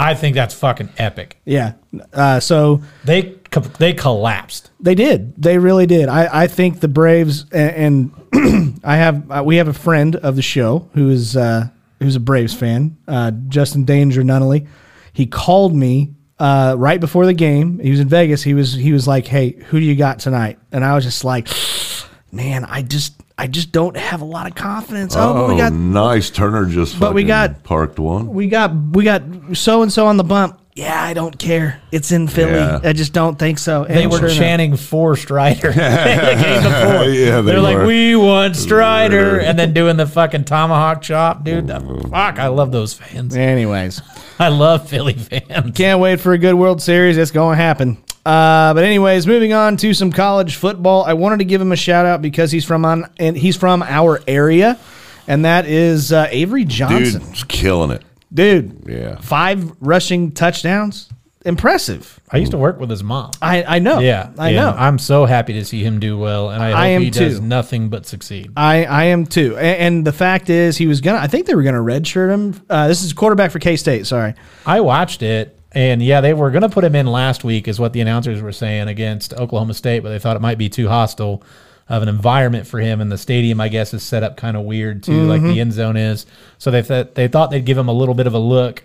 I think that's fucking epic. Yeah. Uh, so They co- they collapsed. they did. They really did. I, I think the Braves and, [CLEARS THROAT] and I have uh, we have a friend of the show who is uh, who's a Braves fan, uh, Justin Danger Nunnally. He called me uh, right before the game. He was in Vegas. He was he was like, "Hey, who do you got tonight?" And I was just like, [SIGHS] "Man, I just I just don't have a lot of confidence." Oh, oh, but we got nice. Turner just. But we fucking got- parked one. we got we got so and so on the bump. Yeah, I don't care. It's in Philly. Yeah. I just don't think so. And They were sure enough- chanting [LAUGHS] for Strider. [LAUGHS] the game before. Yeah, they They're like, were. we want Strider, and then doing the fucking tomahawk chop, dude. The fuck, I love those fans. Anyways, I love Philly fans. can't wait for a good World Series. It's going to happen. Uh, but anyways, moving on to some college football. I wanted to give him a shout out because he's from on and he's from our area, and that is uh, Avery Johnson. Dude's killing it. Dude, Yeah. five rushing touchdowns, impressive. I used to work with his mom. I I know. Yeah, Oh, I and know. I'm so happy to see him do well, and I hope I am he does too. nothing but succeed. I, I am too. A- And, the fact is, he was gonna. I think they were gonna redshirt him. Uh, this is quarterback for K State. Sorry. I watched it, and yeah, they were going to put him in last week, is what the announcers were saying against Oklahoma State, but they thought it might be too hostile of an environment for him, and the stadium, I guess, is set up kind of weird too, like Mm-hmm. the end zone is. So they th- they thought they'd give him a little bit of a look.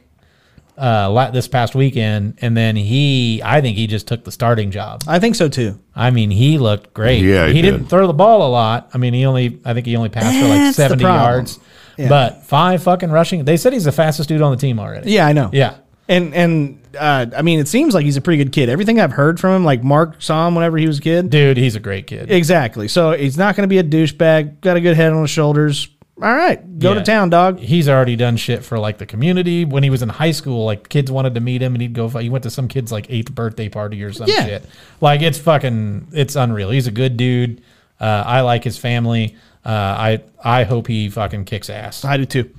Uh, la- this past weekend, and then he, I think he just took the starting job. I think so too. I mean, he looked great. Yeah, he he didn't did. throw the ball a lot. I mean, he only I think he only passed for like That's the seventy problem. yards. But five fucking rushing. They said he's the fastest dude on the team already. Yeah, I know. Yeah. And and uh, I mean, it seems like he's a pretty good kid. Everything I've heard from him, like Mark saw him whenever he was a kid. Dude, he's a great kid. Exactly. So he's not gonna be a douchebag. Got a good head on his shoulders. All right, go to Yeah. town, dog. He's already done shit for like the community. When he was in high school, like kids wanted to meet him and he'd go, he went to some kid's like eighth birthday party or some Yeah. shit. Like it's fucking, it's unreal. He's a good dude. Uh, I like his family. Uh, I, I hope he fucking kicks ass. I do too.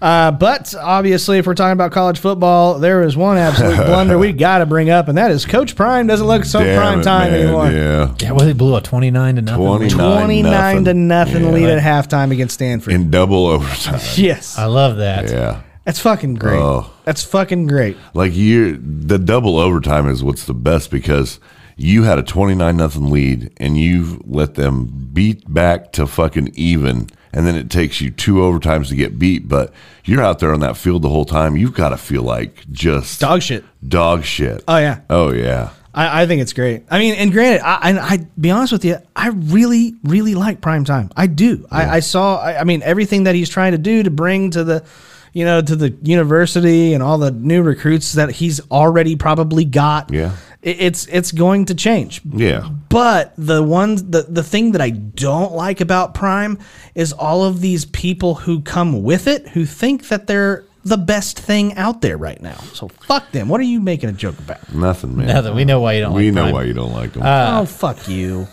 Uh, but obviously, if we're talking about college football, there is one absolute blunder we got to bring up, and that is Coach Prime doesn't look so Damn prime it, time man, anymore. Yeah. Yeah, well, they blew a 29 to nothing. 29. Twenty nine to nothing Yeah. lead at halftime against Stanford. In double overtime. yes, I love that. Yeah. that's fucking great. Oh. That's fucking great. Like you the double overtime is what's the best because you had a 29 nothing lead and you let them beat back to fucking even and then it takes you two overtimes to get beat but you're out there on that field the whole time you've got to feel like just Dog shit. dog shit. Oh yeah, oh yeah. I, I think it's great. I mean, and granted, I, and I be honest with you, I really, really like prime time. I do. I, I saw. I, I mean, everything that he's trying to do to bring to the, you know, to the university and all the new recruits that he's already probably got. Yeah. It- it's it's going to change. Yeah. But the one the, the thing that I don't like about Prime is all of these people who come with it who think that they're the best thing out there right now. So fuck them. What are you making a joke about? Nothing, man. Now that we know why you don't we like know Prime. why you don't like them. Uh, oh fuck [LAUGHS] you.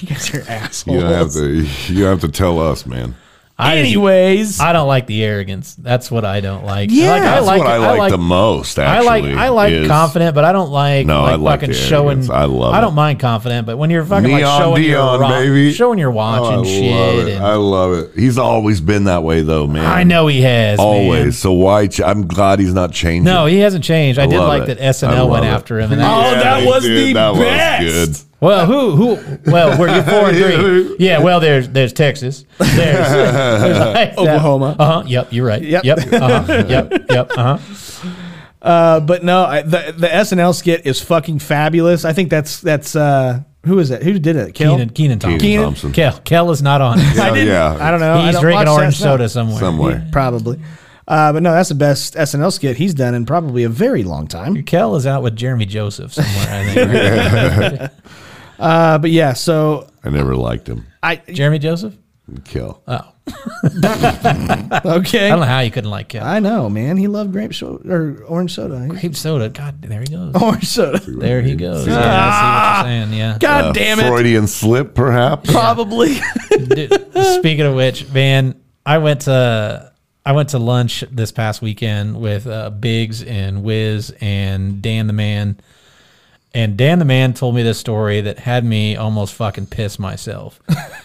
you guys are assholes. you don't have to. You don't have to tell us, man. I, Anyways. I don't like the arrogance. That's what I don't like. Yeah. I like, I That's like what I it- like, the most. I like Actually, I like is confident, but I don't like No, like, I like fucking the showing. arrogance. I love I don't it. mind confident, but when you're fucking like Neon showing your Dion, ro- baby. showing your watch Oh, I and shit. love it. and- I love it. He's always been that way, though, man. I know he has man. Always. So why? Ch- I'm glad he's not changing. No, he hasn't changed. I, did love like it. that I SNL love went it. [LAUGHS] after him. And Yeah, that, they did. That was well, who who? Well, we're you're four and three. [LAUGHS] Yeah. Well, there's there's Texas. There's, [LAUGHS] there's Oklahoma. Uh huh. Yep. You're right. Yep. Yep. Uh-huh, yep. Yep. [LAUGHS] Uh huh. Uh, but no, I, the the SNL skit is fucking fabulous. I think that's that's uh, who is it? Who did it? Kel? Keenan Keenan Thompson. Keenan Thompson. Kel Kel is not on. it. Oh, yeah. I don't know. I He's don't drinking watch orange SNL. soda somewhere. Somewhere. probably. Uh, but no, that's the best SNL skit he's done in probably a very long time. Kel is out with Jeremy Joseph somewhere. I think. Uh, but yeah, so I never liked him. [LAUGHS] I Jeremy Joseph. Kill. Uh, okay. I don't know how you couldn't like Kel. I know, man. He loved grape soda or orange soda. [LAUGHS] He- Grape soda. God, there he goes. Orange Uh, soda. There he goes. Yeah, I see what you're saying. Yeah. God damn it. Freudian slip, perhaps. Probably. Dude, speaking of which, man, I went to I went to lunch this past weekend with uh, Biggs and Wiz and Dan the Man, and Dan the Man told me this story that had me almost fucking piss myself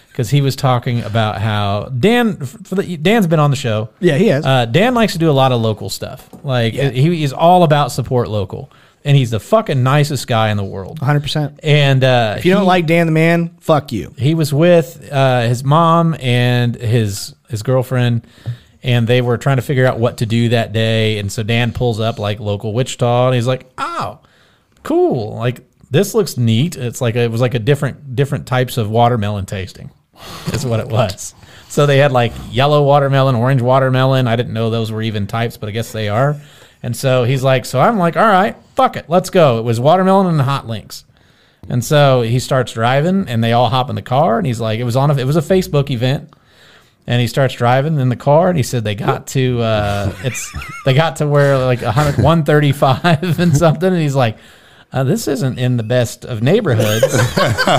because he was talking about how Dan for the, Dan's been on the show. [LAUGHS] Yeah, he has. Uh, Dan likes to do a lot of local stuff. Like he is all about support local, and he's the fucking nicest guy in the world. 100%. And uh, If you don't like Dan the Man, fuck you. he was with uh, his mom and his his girlfriend, and they were trying to figure out what to do that day. And so Dan pulls up like local Wichita, and he's like, "Oh, cool! Like this looks neat. It's like a, it was like a different different types of watermelon tasting, is what it was. So they had like yellow watermelon, orange watermelon. I didn't know those were even types, but I guess they are. And so he's like, so I'm like, all right, fuck it, let's go. It was watermelon and hot links. And so he starts driving, and they all hop in the car, and he's like, "It was on. A, it was a Facebook event." And he starts driving in the car, and he said they got to uh, it's they got to where like 100, 135 and something, and he's like, uh, "This isn't in the best of neighborhoods."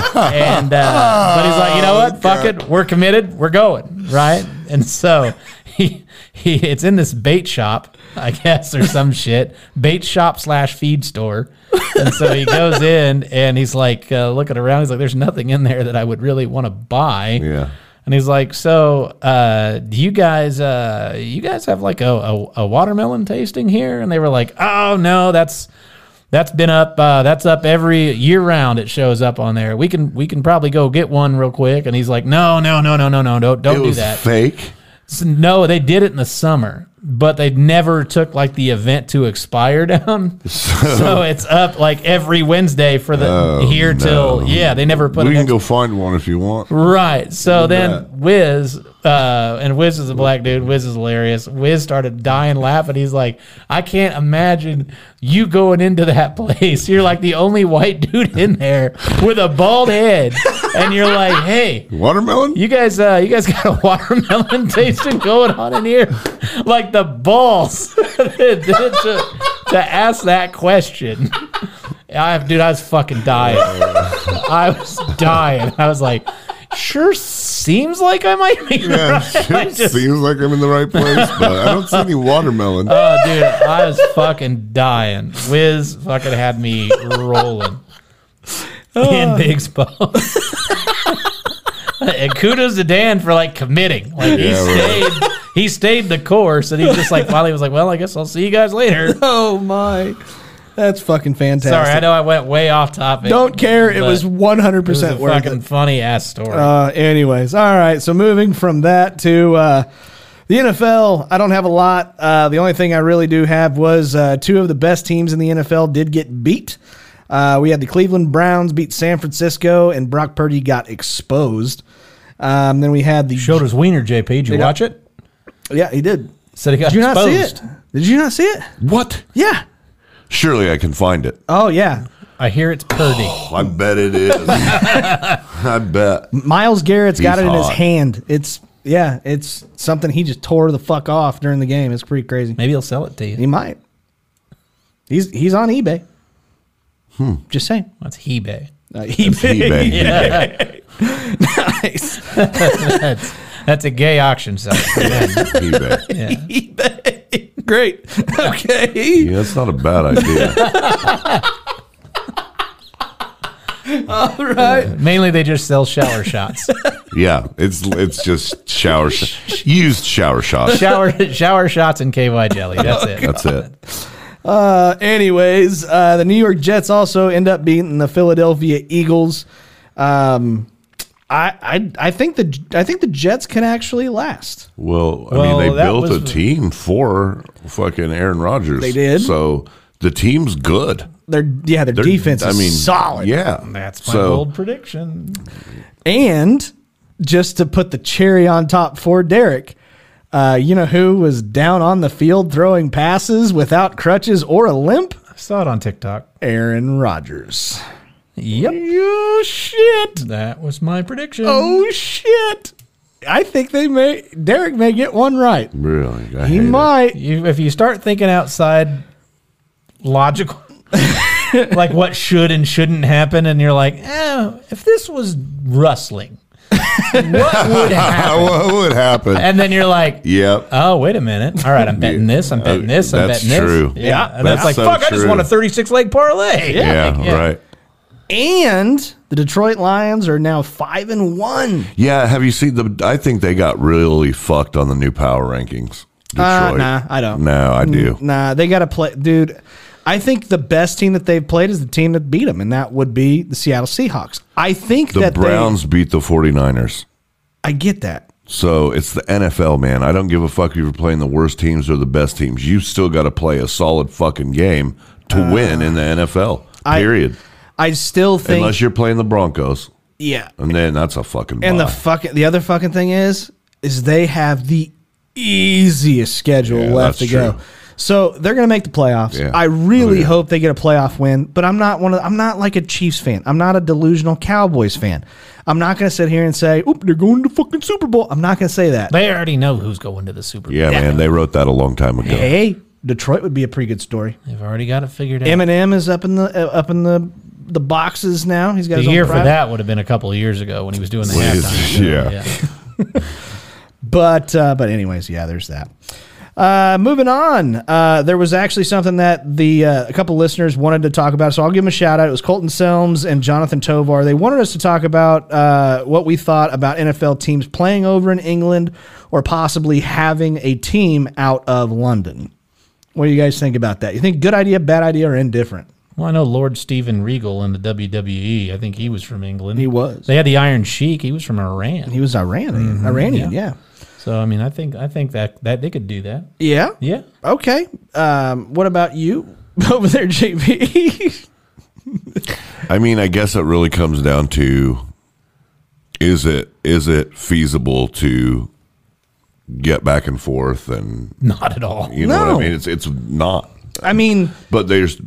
and uh, but he's like, you know what? Fuck it, we're committed, we're going right. And so [LAUGHS] he he it's in this bait shop, I guess, or some shit, bait shop slash feed store. And so he goes in and he's like uh, looking around. He's like, there's nothing in there that I would really want to buy. Yeah. And he's like, so uh, do you guys uh, you guys have like a, a, a watermelon tasting here? And they were like, oh no, that's that's been up. Uh, that's up every year round. It shows up on there. We can we can probably go get one real quick. And he's like, no, no, no, no, no, no, no, it don't do was that. fake. So, no, they did it in the summer, but they never took like the event to expire [LAUGHS] down. so it's up like every Wednesday for the here till yeah. They never put Oh, we can an ex- go find one if you want. Right. So that. then Wiz, uh, and Wiz is a black dude. Wiz is hilarious. Wiz started dying laughing. He's like, I can't imagine you going into that [LAUGHS] place. You're like the only white dude in there with a bald head. And you're like, hey, Watermelon? [LAUGHS] you guys, uh, you guys got a [LAUGHS] watermelon tasting going on in here? Like the balls [LAUGHS] to, to- to ask that question. I, dude, I was fucking dying. I was dying. I was like, sure seems like I might be Yeah, [LAUGHS] right. I it just- seems like I'm in the right place, but I don't see any watermelon. Oh, dude, I was fucking dying. Wiz fucking had me rolling Oh. in Big Spo. and kudos to Dan for like committing. Like he Yeah, right. stayed, he stayed the course, and he just like finally was like, "Well, I guess I'll see you guys later." Oh my, that's fucking fantastic. Sorry, I know I went way off topic. Don't care. It but was one hundred it was percent a worth [LAUGHS] fucking it. funny ass story. Uh, anyways, all right. So moving from that to uh, the NFL, I don't have a lot. Uh, the only thing I really do have was uh, two of the best teams in the NFL did get beat. Uh, we had the Cleveland Browns beat San Francisco, and Brock Purdy got exposed. Um, then we had the Showed his wiener, JP. Did you got- watch it? yeah, he did. Said he got Did you not exposed. see it? Did you not see it? What? Yeah. Surely I can find it. Oh yeah. I hear [GASPS] it's Purdy. Oh, I bet it [LAUGHS] is. I bet. Miles Garrett's got it He's in his hot. hand. It's yeah, it's something he just tore the fuck off during the game. It's pretty crazy. Maybe he'll sell it to you. He might. He's he's on eBay. Just saying. That's eBay. Hmm. [LAUGHS] Uh, eBay. eBay. [LAUGHS] Nice. That's that's a gay [LAUGHS] auction site. eBay. Yeah. eBay. Great. [LAUGHS] Okay. that's not a bad idea. All right. [LAUGHS] Mainly, they just sell shower [LAUGHS] shots. Yeah, it's it's just shower sh- used shower shots. Shower shower shots and KY jelly. That's it. That's it. Uh, anyways, uh, the New York Jets also end up beating the Philadelphia Eagles. Um, I, I I think the I think the Jets can actually last. Well, I mean, Well, they that built was- a team for fucking Aaron Rodgers. They did. So the team's good. Their yeah, their They're- defense is solid. Yeah, That's my so, bold prediction. And just to put the cherry on top for Derek, uh, you know who was down on the field throwing passes without crutches or a limp? I saw it on TikTok. Aaron Rodgers. Yep. Oh shit! That was my prediction. Oh shit! I think they may Derek may get one right. Really, I He hate it. might. You, if you start thinking outside [LAUGHS] logical, like what should and shouldn't happen, and you're like, eh, if this was rustling, what would [LAUGHS] happen? what would happen? And then you're like, yep. Uh, Oh, wait a minute. All [LAUGHS] right, I'm betting this, I'm betting this, I'm That's betting this. true. Yeah. And That's that's, like, so fuck, I just true. won a 36 leg parlay. yeah, Like, yeah. right. And the Detroit Lions are now five and one. Yeah, have you seen the? I think they got really fucked on the new power rankings. Detroit. Uh, nah, I don't. No, I do. Nah, they got to play, dude. I think the best team that they've played is the team that beat them, and that would be the Seattle Seahawks. I think The that Browns beat the 49ers. They, I get that. So it's the NFL, man. I don't give a fuck if you're playing the worst teams or the best teams. You still got to play a solid fucking game to win in the NFL. Uh, I- Period. I still think. Unless you're playing the Broncos, yeah. and then that's a fucking. And the bye. fucking the other fucking thing is is they have the easiest schedule Yeah, left to that's go. true. So they're gonna make the playoffs. Yeah. I really Oh, yeah. hope they get a playoff win, but I'm not one of I'm not like a Chiefs fan. I'm not a delusional Cowboys fan. I'm not gonna sit here and say, "Oop, they're going to the fucking Super Bowl." I'm not gonna say that. They already know who's going to the Super Bowl. yeah, man, they wrote that a long time ago. Hey, Detroit would be a pretty good story. They've already got it figured out. Eminem is up in the uh, up in the the boxes now. He's got the his year own for private- that would have been a couple of years ago when he was doing [LAUGHS] the halftime. show. yeah. But uh, but anyways, yeah, there's that. Uh, moving on, uh, there was actually something that the uh, a couple listeners wanted to talk about, so I'll give them a shout out. It was Colton Selms and Jonathan Tovar. They wanted us to talk about uh, what we thought about NFL teams playing over in England or possibly having a team out of London. What do you guys think about that? You think good idea, bad idea, or indifferent? Well, I know Lord Steven Regal in the WWE. I think he was from England. He was. They had the Iron Sheik. He was from Iran. He was Iranian. Iranian, Mm-hmm. yeah, so I mean, I think I think that that they could do that. yeah, Yeah. [LAUGHS] Okay. Um, what about you [LAUGHS] over there, JP? I mean, I guess it really comes down to is it is it feasible to get back and forth and Not at all. you know No. what I mean? It's it's not. [LAUGHS] I mean. But there's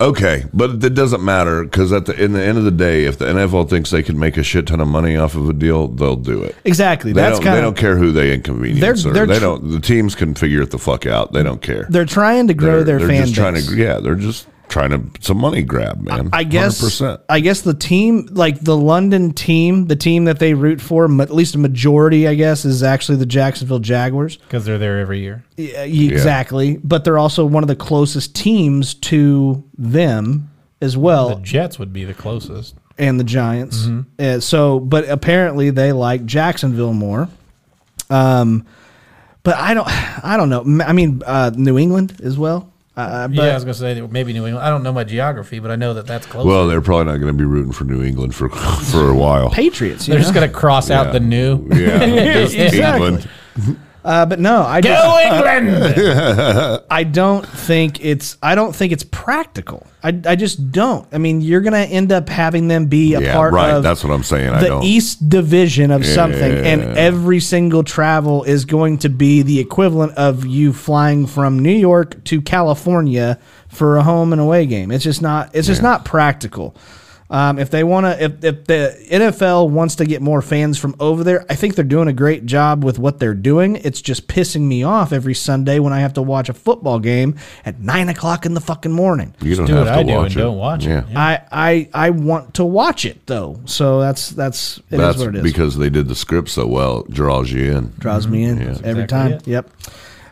okay, but it doesn't matter because at the in the end of the day, if the NFL thinks they can make a shit ton of money off of a deal, they'll do it. Exactly. They That's don't, they kind don't of care who they inconvenience. They're- or they're they tr- don't. The teams can figure it the fuck out. They don't care. they're trying to grow their They're- they're fan just base. trying to. Yeah, they're just trying to it's a money grab, man. I guess 100%. I guess the team, like the London team, the team that they root for, m- at least a majority, I guess, is actually the Jacksonville Jaguars. because they're there every year. Yeah, exactly. But they're also one of the closest teams to them as The well, Jets would be the closest. and the Giants. Mm-hmm. Uh, so, but apparently they like Jacksonville more. Um, but I don't, [SIGHS] I don't know. M- I mean, uh, New England as well. Uh, but yeah, I was gonna say that maybe New England. I don't know my geography, but I know that that's close. well, they're probably not going to be rooting for New England for [LAUGHS] for a while. Patriots. You they're know? just gonna cross out the new. [LAUGHS] [LAUGHS] Yeah, just Exactly. England. uh, but no, I just, Go [LAUGHS] England! I don't think it's I don't think it's practical. I, I just don't. I mean, you're gonna end up having them be a Yeah, part right. of That's what I'm saying. I the don't. East Division of something, and Yeah. every single travel is going to be the equivalent of you flying from New York to California for a home and away game. It's just not. It's just not practical. Um, if they want to, if, if the NFL wants to get more fans from over there, I think they're doing a great job with what they're doing. It's just pissing me off every Sunday when I have to watch a football game at nine o'clock in the fucking morning. you don't do have what to I do and watch it. don't watch it. Yeah, I, I I want to watch it though, so that's that's it is that's what it is. because they did the script so well. It draws you in. [LAUGHS] draws me in every exactly time. it. Yep.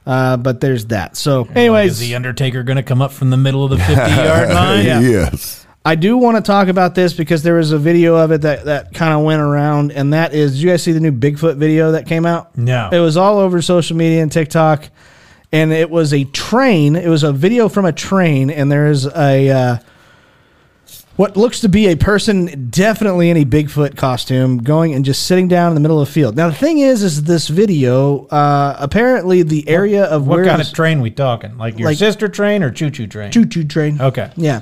Uh, but there's that. So, Is anyways, the Undertaker gonna come up from the middle of [LAUGHS] the fifty yard line? Yeah. Yes. I do want to talk about this because there was a video of it that, that kind of went around, and that is, did you guys see the new Bigfoot video that came out? No. It was all over social media and TikTok, and it was a train. It was a video from a train, and there is a uh, what looks to be a person, definitely in a Bigfoot costume, going and just sitting down in the middle of the field. Now, the thing is, is this video uh, apparently the area of What where kind this- of train we talking? Like your Like- sister train or choo choo train? choo choo train. Okay. Yeah.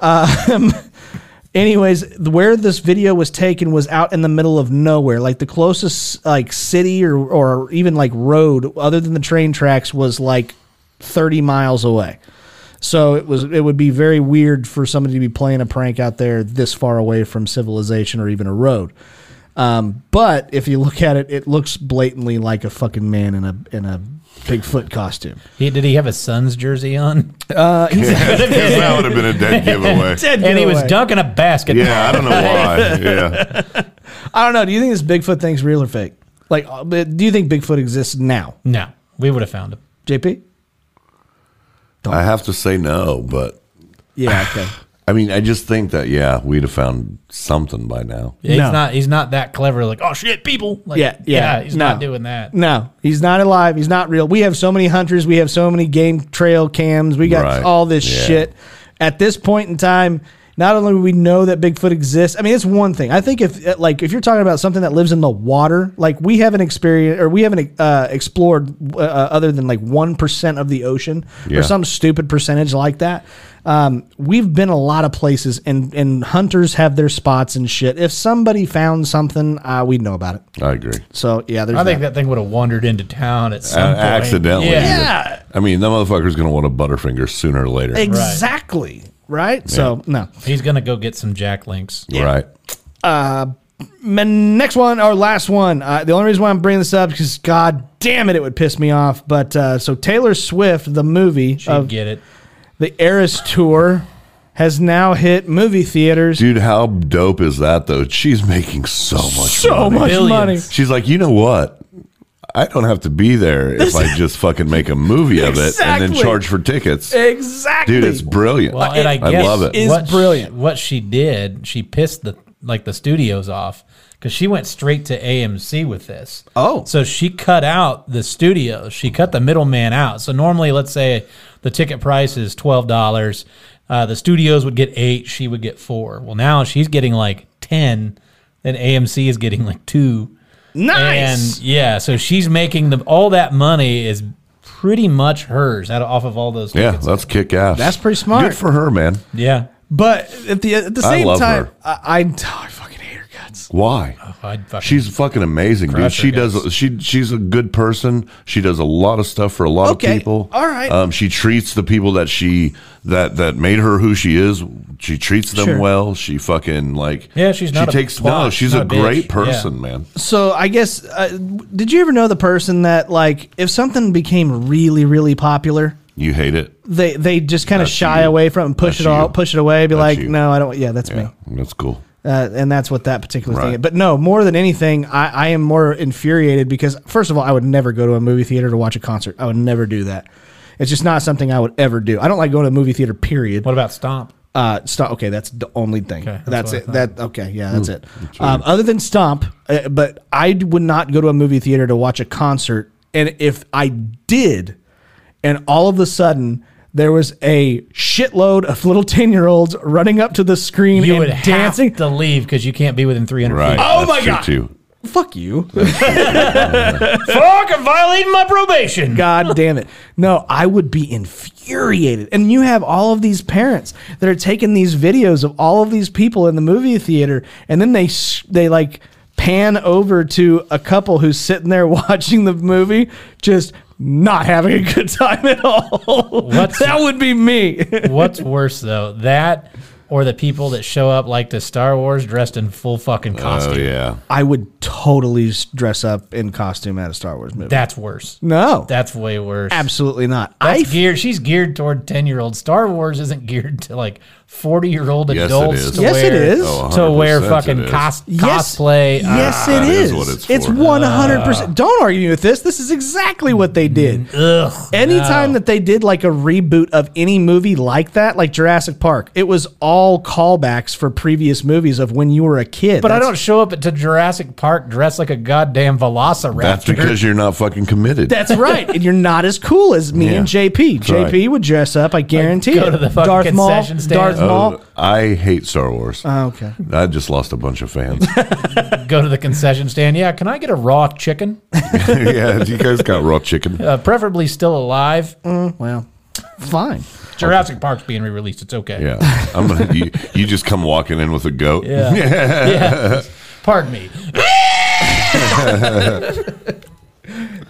Um, [LAUGHS] anyways, where this video was taken was out in the middle of nowhere. Like the closest like city or or even like road other than the train tracks was like 30 miles away. So it was it would be very weird for somebody to be playing a prank out there this far away from civilization or even a road. Um, but if you look at it, it looks blatantly like a fucking man in a in a Bigfoot costume. He, did he have his son's jersey [LAUGHS] on? that would have been a [LAUGHS] dead giveaway. and he was giveaway. dunking a basket. Yeah, I don't [LAUGHS] know why. Yeah. I don't know. Do you think this Bigfoot thing's real or fake? Like, uh, but do you think Bigfoot exists now, No, we would have found him. JP? I have to say no, but Yeah. Okay. I mean, I just think that, yeah, we'd have found something by now. He's No. not. He's not that clever. Like, oh shit, people. Like, Yeah, yeah, He's no. not doing that. no, he's not alive. He's not real. We have so many hunters. We have so many game trail cams. We got Right. all this Yeah. shit. At this point in time, not only do we know that Bigfoot exists. I mean, it's one thing. I think if uh, like if you're talking about something that lives in the water, like we haven't experienced or we haven't uh, explored uh, other than like one percent of the ocean Yeah. or some stupid percentage like that. Um, we've been a lot of places, and and hunters have their spots and shit. If somebody found something, uh, we'd know about it. I agree. So yeah, there's I think that thing would have wandered into town at A- some point. Uh, accidentally. Yeah. Yeah. I mean, that motherfucker's going to want a Butterfinger sooner or later. exactly right. So no. He's gonna go get some jack links. Right. My next one or last one. Uh, the only reason why I'm bringing this up is 'cause God damn it, it would piss me off. But uh, so Taylor Swift, the movie She'd of get it. the Eras Tour, has now hit movie theaters. Dude, how dope is that, though? She's making so much so money. much Billions. money. She's like, you know what? I don't have to be there if I just fucking make a movie of it and Exactly. then charge for tickets. Exactly. Dude, it's brilliant. Well, and I I guess love it. is what brilliant. She, what she did, she pissed the like the studios off because she went straight to AMC with this. Oh. so she cut out the studios. She cut the middleman out. So normally, let's say the ticket price is twelve dollars. Uh, the studios would get eight. She would get four. Well, now she's getting like ten, and AMC is getting like two. nice. And yeah, so she's making the all that money is pretty much hers out of, off of all those. yeah, Tickets. that's kick ass. That's pretty smart. Good for her, man. yeah. but at the at the I same love time, her. I, I, oh, I fucking hate her guts. Why? I'd fucking- She's fucking amazing, dude. Crusher, She guys. does. She she's a good person. She does a lot of stuff for a lot Okay, of people. all right. Um, she treats the people that she that that made her who she is. She treats them Sure. well. She fucking like Yeah, she's not a She takes no. twat. She's Not a a great bitch. person, man. So I guess uh, did you ever know the person that like if something became really really popular, You hate it. They they just kind of That's shy you. away from it and push That's it all you. push it away. Be That's like, you. no, I don't. Yeah, that's me. That's cool. uh, and that's what that particular thing. Right. But no, more than anything, I, I am more infuriated because first of all, I would never go to a movie theater to watch a concert. I would never do that. It's just not something I would ever do. I don't like going to a movie theater. Period. What about Stomp? Uh, stop. Okay, that's the only thing. Okay, that's that's what I it. That okay. Yeah, that's it. Um, other than Stomp, uh, but I d- would not go to a movie theater to watch a concert. And if I did, and all of a sudden there was a shitload of little ten year olds running up to the screen You and would dancing, have to leave because you can't be within 300 Right. feet. Oh That's my true, God. Too. fuck you. Fuck, I'm violating my [LAUGHS] probation. God damn it. No, I would be infuriated. And you have all of these parents that are taking these videos of all of these people in the movie theater and then they s- they like pan over to a couple who's sitting there [LAUGHS] watching the movie just not having a good time at all. [LAUGHS] What's- that would be me. [LAUGHS] What's worse though, that or the people that show up like to Star Wars dressed in full fucking costume? Oh yeah. I would totally s- dress up in costume at a Star Wars movie. That's worse. no. That's way worse. absolutely not. I That's geared. She's geared toward ten year old. Star Wars isn't geared to like forty year old Yes, it adults. is. To Yes, wear, it is. Oh, to wear 100% it fucking is. cos- Yes. cosplay. Ah, Yes, that it is is. what it's it's for. one hundred percent. Don't argue with this. This is exactly what they did. Mm, ugh. Anytime that they did like a reboot of any movie like that, like Jurassic Park, it was all callbacks for previous movies of when you were a kid. But I That's- don't [LAUGHS] show up to Jurassic Park dressed like a goddamn velociraptor. That's because you're not fucking committed. That's right, and [LAUGHS] you're not as cool as me Yeah. and JP. That's JP would dress up, I guarantee go it. to the fucking Darth Maul, concession stand. Darth Oh. Maul. I hate Star Wars. Oh, okay. I just lost a bunch of fans. [LAUGHS] Go to the concession stand. Yeah, can I get a raw chicken, yeah, you guys got raw chicken. uh, preferably still alive? Well, fine. Jurassic Park's being re released. It's okay. Yeah, I'm gonna. You, you just come walking in with a goat. [LAUGHS] Yeah. [LAUGHS] Yeah. Pardon me.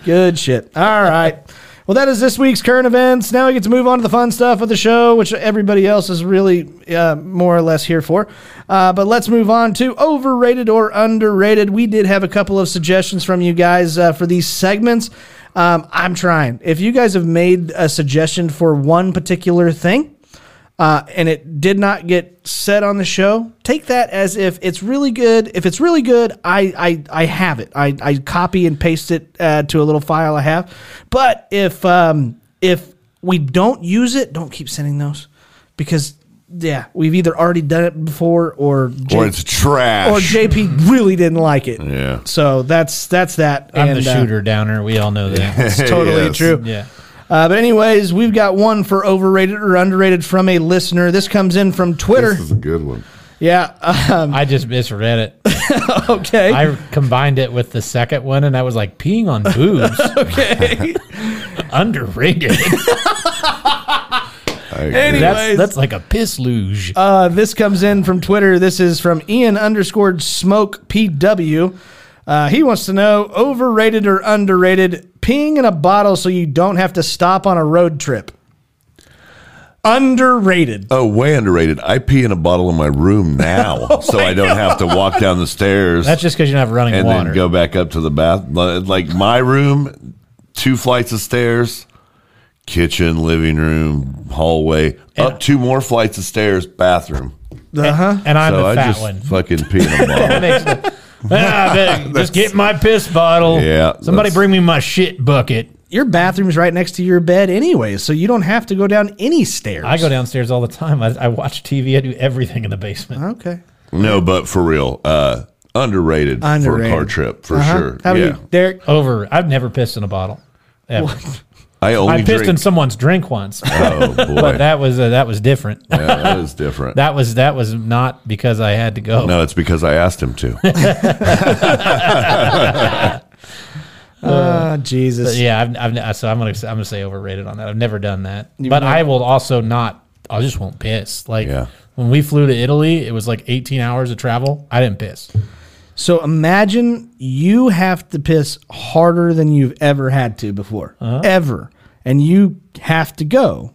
Good shit. All right. Well, that is this week's current events. Now we get to move on to the fun stuff of the show, which everybody else is really uh, more or less here for. Uh, but let's move on to overrated or underrated. We did have a couple of suggestions from you guys uh, for these segments. Um, I'm trying. If you guys have made a suggestion for one particular thing, uh, and it did not get said on the show, take that as if it's really good. If it's really good, I I, I have it. I, I copy and paste it uh, to a little file I have. But if um, if we don't use it, don't keep sending those because yeah, we've either already done it before or J- Or it's trash. or JP really didn't like it. Yeah. So that's that's that. I'm the And, uh, shooter downer. We all know [LAUGHS] that. it's totally [LAUGHS] Yes. true. Yeah. Uh, but anyways, we've got one for overrated or underrated from a listener. This comes in from Twitter. This is a good one. yeah. [LAUGHS] uh, I just misread it. Okay. I combined it with the second one and I was like peeing [LAUGHS] on boobs. okay. [LAUGHS] [LAUGHS] Underrated. I agree. That's, that's like a piss luge. Uh, this comes in from Twitter. This is from Ian underscore smoke PW. Uh, he wants to know overrated or underrated peeing in a bottle so you don't have to stop on a road trip. Underrated. Oh, way underrated. I pee in a bottle in my [LAUGHS] room now, so I don't have to walk down the stairs Oh that's just because you don't have running and water. then go back up to the bath. Li- Like my room, two flights of stairs, kitchen, living room, hallway, up two more flights of stairs, bathroom. Uh huh. and I'm so the I fat just one. fucking pee in a bottle. [LAUGHS] That makes [LAUGHS] no- Ah, but just get my piss bottle. Yeah, Somebody that's- bring me my shit bucket. Your bathroom's right next to your bed, anyway, so you don't have to go down any stairs. I go downstairs all the time. I, I watch TV. I do everything in the basement. Okay. No, but for real, uh, underrated, Underrated. for a car trip for Uh-huh. sure. How about yeah, you, Derek? Over. I've never pissed in a bottle. Ever. I only I pissed drink. in someone's drink once, [LAUGHS] [LAUGHS] oh boy, but that was uh, that was different. Yeah, that is different. That was that was not because I had to go. no, it's because I asked him [LAUGHS] to. Oh, Jesus. But Uh, yeah, I've, I've, ne- so I'm gonna I'm gonna say overrated on that. I've never done that, but I will also not. I just won't piss. Like Yeah. when we flew to Italy, it was like 18 hours of travel. I didn't piss. So imagine you have to piss harder than you've ever had to before, Uh-huh. ever, and you have to go.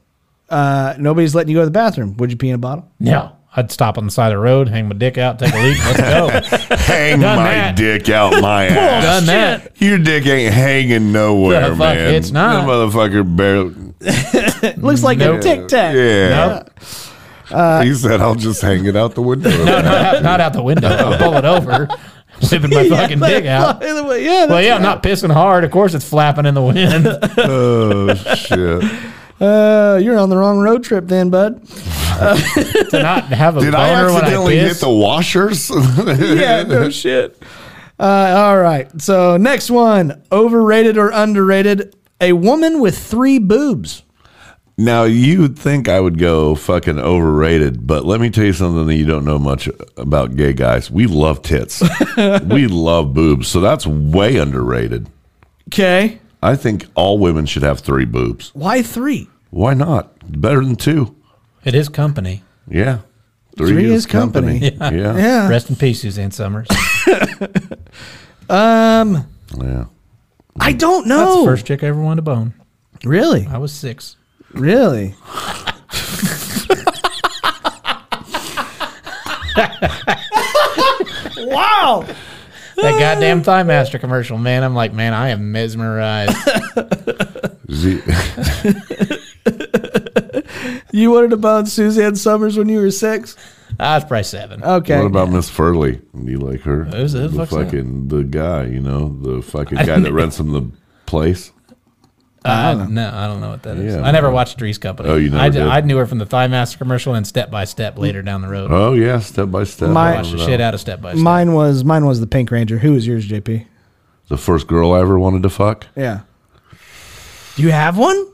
Uh, nobody's letting you go to the bathroom. Would you pee in a bottle? No, I'd stop on the side of the road, hang my dick out, take a leak. Let's go. Hang Done my that. dick out [LAUGHS] my ass. Done that. Your dick ain't hanging nowhere, The fuck man. it's That not. motherfucker barely. Looks like a Nope. tic tac. Yeah. Uh, Nope. Uh, he said, I'll just hang it out the window. [LAUGHS] not, not out the window. I'll pull it over, whipping my fucking [LAUGHS] dick out. Either way, yeah. Well, yeah, I'm not pissing hard. Of course, it's flapping in the wind. oh, shit. Uh, you're on the wrong road trip then, bud. to not have a Did I boner when I accidentally hit piss. the [LAUGHS] washers? [LAUGHS] Yeah, [LAUGHS] no shit. Uh, all right. So next one, overrated or underrated? A woman with three boobs. Now you'd think I would go fucking overrated, but let me tell you something that you don't know much about gay guys. We [LAUGHS] love tits. we love boobs. So that's way underrated. Okay. I think all women should have three boobs. Why three? Why not? Better than two. It is company. Yeah. Three is company. Yeah. Yeah. Yeah. Oh, Rest in peace, Suzanne Summers. I don't That's the know. first chick I ever wanted to bone. Really? I was six. [LAUGHS] Really? wow. That goddamn Thigh Master commercial, man. I'm like, man, I am mesmerized. Z- You wanted to bone Suzanne Summers when you were six? I was probably seven. Okay. [LAUGHS] what about Miss Furley? Do you like her? Who's the the fuck's that? fucking the guy, you know, the fucking guy that rents him the place. I don't know. I don't know what that is. Yeah, I never man. watched Three's Company. Oh, you never I, did? I knew her from the Thigh Master commercial and Step by Step later down the road. Oh yeah, step by step. My- I Watched the remember shit that. out of Step by Step. Mine was mine was the Pink Ranger. Who was yours, JP? The first girl I ever wanted to fuck. Yeah. Do you have one?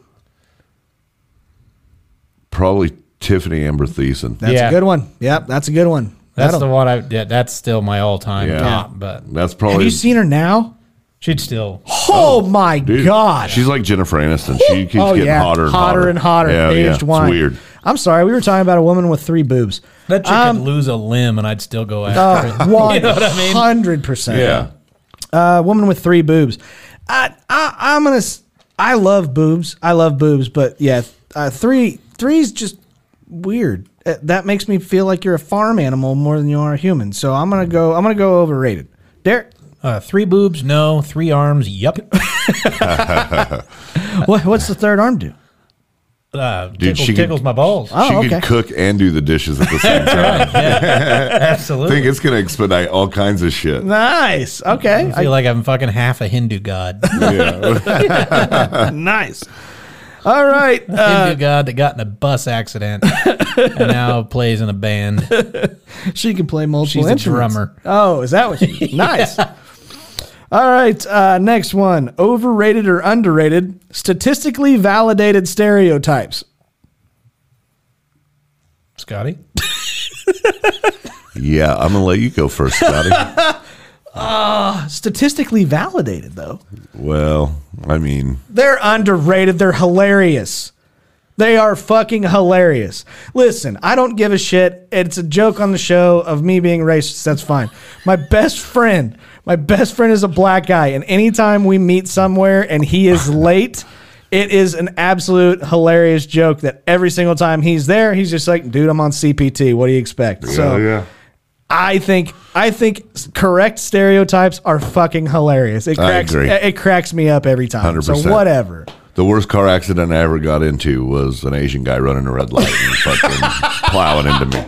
Probably Tiffany Amber Thiessen. That's Yeah. a good one. Yep, that's a good one. That's That'll- the one I. Yeah, that's still my all-time Yeah. top. But That's probably. Have you seen her now? she'd still. Oh, my Dude, god. She's like Jennifer Aniston. She keeps getting hotter and hotter, and hotter. Yeah, yeah. Aged wine. It's weird. I'm sorry, we were talking about a woman with three boobs. Um, That chick Um, could lose a limb and I'd still go uh, after it. Oh, One [LAUGHS] You know what I mean? hundred percent. Yeah. A woman with three boobs. I, I I'm gonna. s- I love boobs. I love boobs, but yeah, uh, three three's just weird. Uh, That makes me feel like you're a farm animal more than you are a human. So I'm gonna go. I'm gonna go overrated. Derek, [LAUGHS] Uh, three boobs, no. Three arms, yep. what, what's the third arm do? Uh, Dude, tickles, she could- tickles my balls. Oh, she okay. could cook and do the dishes at the same time. [LAUGHS] I Absolutely. think it's going to expedite all kinds of shit. Nice. Okay. I feel like I'm fucking half a [LAUGHS] Hindu god. Yeah. nice. All [LAUGHS] right. Uh, Hindu god that got in a bus accident and now plays in a band. she can play multiple She's a instruments. drummer. Oh, is that what she? nice. All right. Uh, next one. Overrated or underrated? Statistically validated stereotypes. Scotty? yeah, I'm going to let you go first, [LAUGHS] Scotty. Statistically validated though. well, I mean, They're underrated. They're hilarious. They are fucking hilarious. Listen, I don't give a shit. It's a joke on the show of me being racist. That's fine. My best friend, my best friend is a black guy, and anytime we meet somewhere and he is late, it is an absolute hilarious joke that every single time he's there, he's just like, dude, I'm on CPT. What do you expect? so I think I think correct stereotypes are fucking hilarious. It I cracks agree. it cracks me up every time. So 100%. whatever. The worst car accident I ever got into was an Asian guy running a red light [LAUGHS] and fucking plowing into me.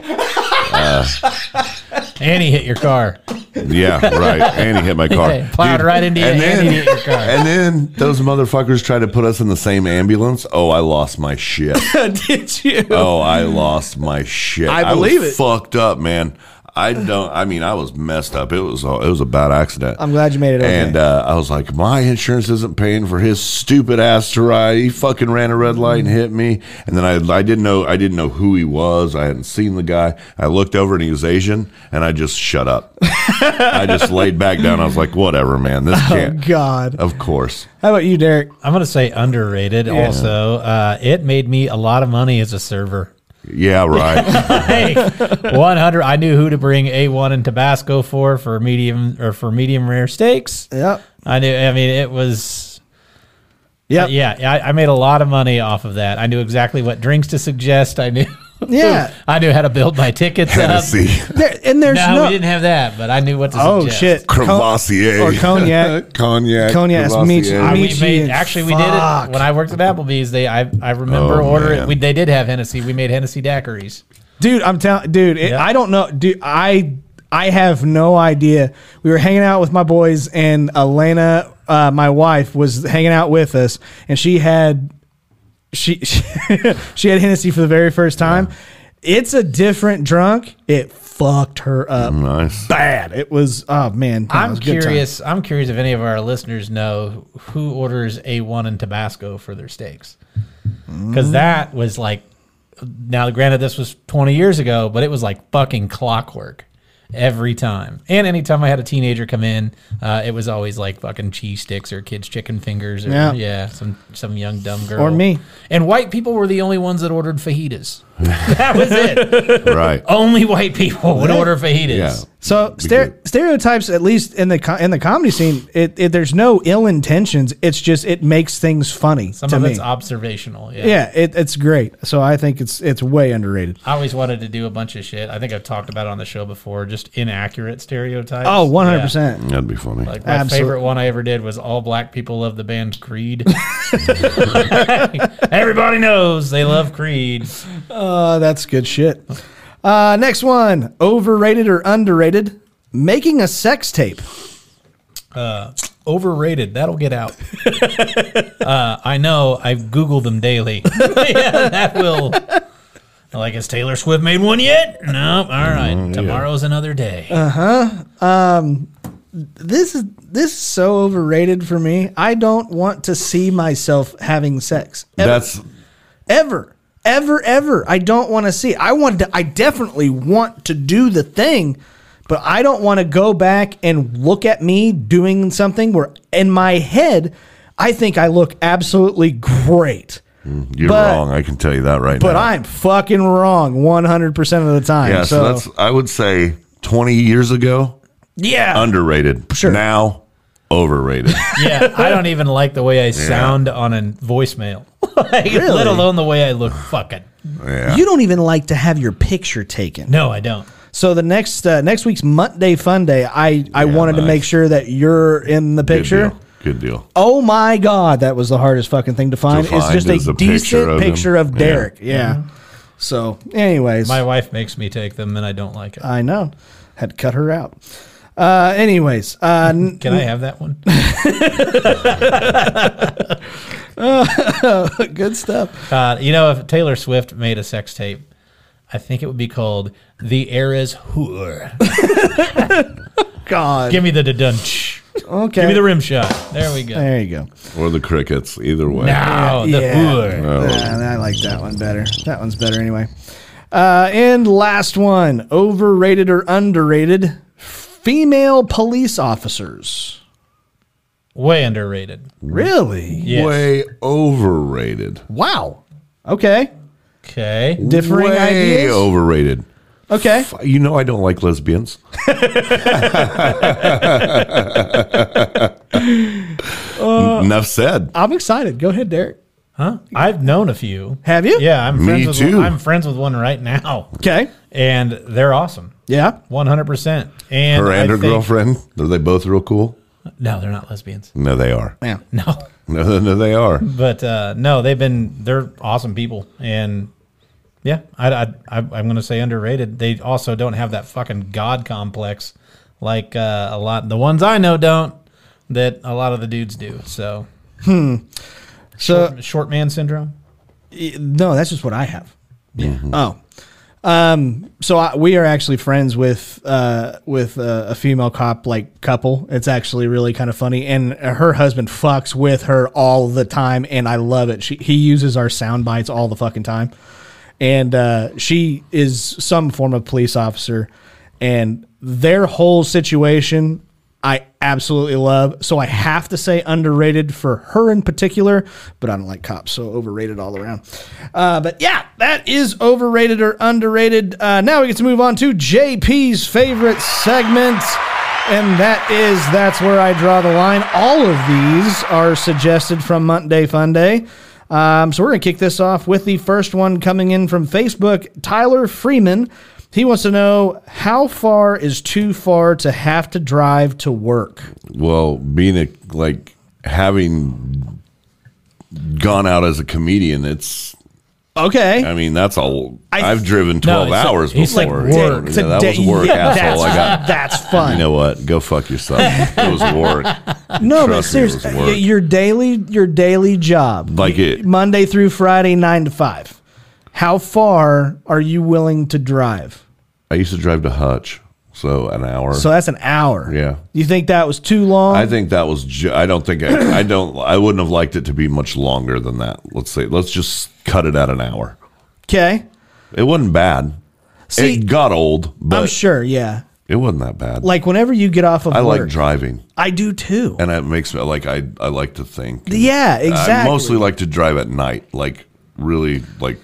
And he hit your car. Yeah, [LAUGHS] right. And he hit my car. Hey, plowed right into you and and he then, hit your car. and then those motherfuckers tried to put us in the same ambulance. Oh, I lost my shit. [LAUGHS] Did you? [LAUGHS] Oh, I lost my shit. I was believe it. Fucked up, man. I don't. I mean, I was messed up. It was a, it was a bad accident. I'm glad you made it. Okay. And uh, I was like, my insurance isn't paying for his stupid ass to ride. He fucking ran a red light and Mm-hmm. hit me. And then I, I didn't know I didn't know who he was. I hadn't seen the guy. I looked over and he was Asian, and I just shut up. I [LAUGHS] just laid back down. I was like, whatever, man. This Oh, can't. Oh, God, Of course. how about you, Derek? I'm going to say underrated also. Uh, it made me a lot of money as a server. Yeah, [LAUGHS] right. Hey, 100. I knew who to bring A1 and Tabasco for for medium or for medium rare steaks. Yep. I knew. I mean, it was. uh, Yep. Yeah, I, I made a lot of money off of that. I knew exactly what drinks to suggest. I knew Yeah. [LAUGHS] I knew how to build [LAUGHS] my tickets Hennessy. up. There- and there's No, no. we didn't have that, but I knew what to oh suggest. shit, Con- Crevassier. or [LAUGHS] cognac. Cognac. Cognac, Crevassier. meat- I- we Michi made, and actually, we did it fuck. when I worked at Applebee's. They, I, I remember Oh, ordering. man. We, they did have Hennessy. We made Hennessy daiquiris. dude. I'm telling, dude. It, Yeah. I don't know, dude. I I have no idea. We were hanging out with my boys, and Elena, uh, my wife, was hanging out with us, and she had she [LAUGHS] she, had Hennessy for the very first time. It's a different drunk. It fucked her up Mm-hmm. Nice. [LAUGHS] bad. It was oh man. no, it I'm was a good time. curious. I'm curious if any of our listeners know who orders A1 and Tabasco for their steaks, Mm. because that was like. Now, granted, this was 20 years ago, but it was like fucking clockwork every time. And anytime I had a teenager come in, uh, it was always like fucking cheese sticks or kids' chicken fingers or Yeah. yeah, some some young dumb girl Or me. And white people were the only ones that ordered fajitas. [LAUGHS] that [LAUGHS] was it. Right. only white people would Yeah. order fajitas. Yeah. So stere- stereotypes, at least in the co- in the comedy scene, it, it there's no ill intentions. It's just it makes things funny Some to of me. it's observational. Yeah. yeah, it, it's great. So I think it's it's way underrated. I always wanted to do a bunch of shit. I think I've talked about it on the show before, just inaccurate stereotypes. Oh, Yeah. 100 percent. That'd be funny. Like my Absolute- favorite one I ever did was all black people love the [LAUGHS] band Creed. [LAUGHS] Everybody knows they love Creed. Uh, that's good shit. Uh, next one, overrated or underrated? Making a sex tape. Overrated. That'll get out. [LAUGHS] uh, I know. I Google them daily. [LAUGHS] yeah, that will. Like, has Taylor Swift made one yet? No. All right. Tomorrow's another day. This is this is so overrated for me. I don't want to see myself having sex. ever. That's ever ever ever i don't want to see it. i want to i definitely want to do the thing but i don't want to go back and look at me doing something where in my head i think i look absolutely great you're But- wrong. I can tell you that right but now. i'm fucking wrong 100% of the time yeah. so, So, that's I would say 20 years ago yeah underrated. Sure. Now [LAUGHS] overrated. Yeah, I don't even like the way I sound on a voicemail. [LAUGHS] like, Really? Let alone the way I look. Fucking yeah. you don't even like to have your picture taken no, I don't. so the next uh, next week's monday fun day i i wanted to nice. make sure that you're in the Good picture deal. Good deal. Oh my God, that was the hardest fucking thing to find. it's find just is a, a picture decent picture of of, him. Yeah. Derek. Yeah. So, anyways, My wife makes me take them, and I don't like it. I know. Had to cut her out. Uh, anyways, uh, n- Can I have that one? [LAUGHS] good stuff. Uh, you know, if Taylor Swift made a sex tape, I think it would be called "The Era's Whore." [LAUGHS] God. Give me the dunch. okay. Give me the rim shot. There we go. there you go. Or the crickets. Either way. Now Oh, the Yeah. whore. Yeah, I like that one better. That one's better anyway. Uh, and last one overrated or underrated female police officers. Way underrated. Really? Yes. Way overrated. Wow. Okay. Okay. Differing Way ideas. overrated. Okay. You know I don't like lesbians. [LAUGHS] Uh, Enough said. I'm excited. Go ahead, Derek. Huh? I've known a few. Have you? Yeah, I'm Me friends with too. One, I'm friends with one right now, Okay. and they're awesome. Yeah. One hundred percent. And Her and I her think- girlfriend. Are they both real cool? No, they're not lesbians. [LAUGHS] No, they are. [LAUGHS] Yeah. No, No, no, they are. but uh, no, they've been they're awesome people, and yeah, I, I, I I'm going to say underrated. They also don't have that fucking god complex like uh, a lot. The ones I know don't. That a lot of the dudes do. So So short man syndrome. no, that's just what I have. Oh. Um, so I, we are actually friends with uh, with uh, a female cop like couple. It's actually really kind of funny, and her husband fucks with her all the time, and I love it. She he uses our sound bites all the fucking time, and uh, she is some form of police officer, and their whole situation I absolutely love. So I have to say underrated for her in particular, but I don't like cops, so overrated all around. Uh, but yeah, that is overrated or underrated. Uh, now we get to move on to JP's favorite segment. And that is that's where I draw the line. All of these are suggested from Monday Fun Day. Um, so we're going to kick this off with the first one coming in from Facebook, Tyler Freeman. He wants to know how far is too far to have to drive to work? Well, being a like having gone out as a comedian, it's. Okay. I mean, that's all. I- I've driven twelve it's a- hours it's like before. work. Yeah, that was work, Yeah, asshole. I that's- got. [LAUGHS] That's fun. You know what? Go fuck yourself. It was [LAUGHS] work. no, but trust me, it was seriously, work. y- your daily your daily job, Like it- Monday through Friday, nine to five. How far are you willing to drive? I used to drive to Hutch, so an hour. So that's an hour. Yeah. You think that was too long? I think that was. Ju- I don't think. I, I don't. I wouldn't have liked it to be much longer than that. Let's say. Let's just cut it at an hour. okay. It wasn't bad. See, it got old, but I'm sure. Yeah. it wasn't that bad. Like whenever you get off of I work, like driving, I do too. and it makes me like I. I like to think. yeah, I exactly. mostly like to drive at night, like really like